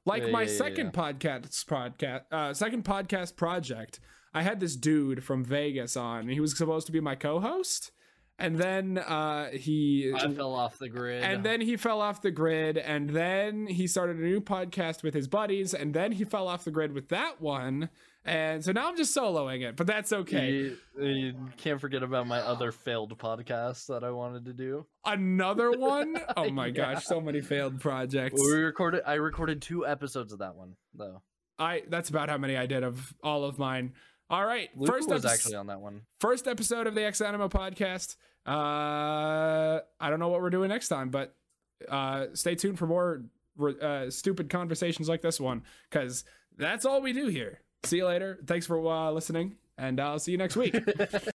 Speaker 1: like
Speaker 2: Yeah,
Speaker 1: my
Speaker 2: yeah, yeah,
Speaker 1: second podcast podcast uh, second podcast project. I had this dude from Vegas on. and He was supposed to be my co-host, and then uh, he
Speaker 2: I fell off the grid.
Speaker 1: and then he fell off the grid, and then he started a new podcast with his buddies, and then he fell off the grid with that one, and so now I'm just soloing it. But that's okay.
Speaker 2: You, you can't forget about my other failed podcast that I wanted to do.
Speaker 1: another one oh my
Speaker 2: Yeah.
Speaker 1: gosh so many failed projects
Speaker 2: We recorded. I recorded two episodes of that one though.
Speaker 1: i that's about how many i did of all of mine all right
Speaker 2: Luke
Speaker 1: first
Speaker 2: was
Speaker 1: epis-
Speaker 2: actually on that one.
Speaker 1: first episode of the ex anima podcast uh i don't know what we're doing next time but uh stay tuned for more re- uh stupid conversations like this one because that's all we do here see you later thanks for uh, listening and i'll see you next week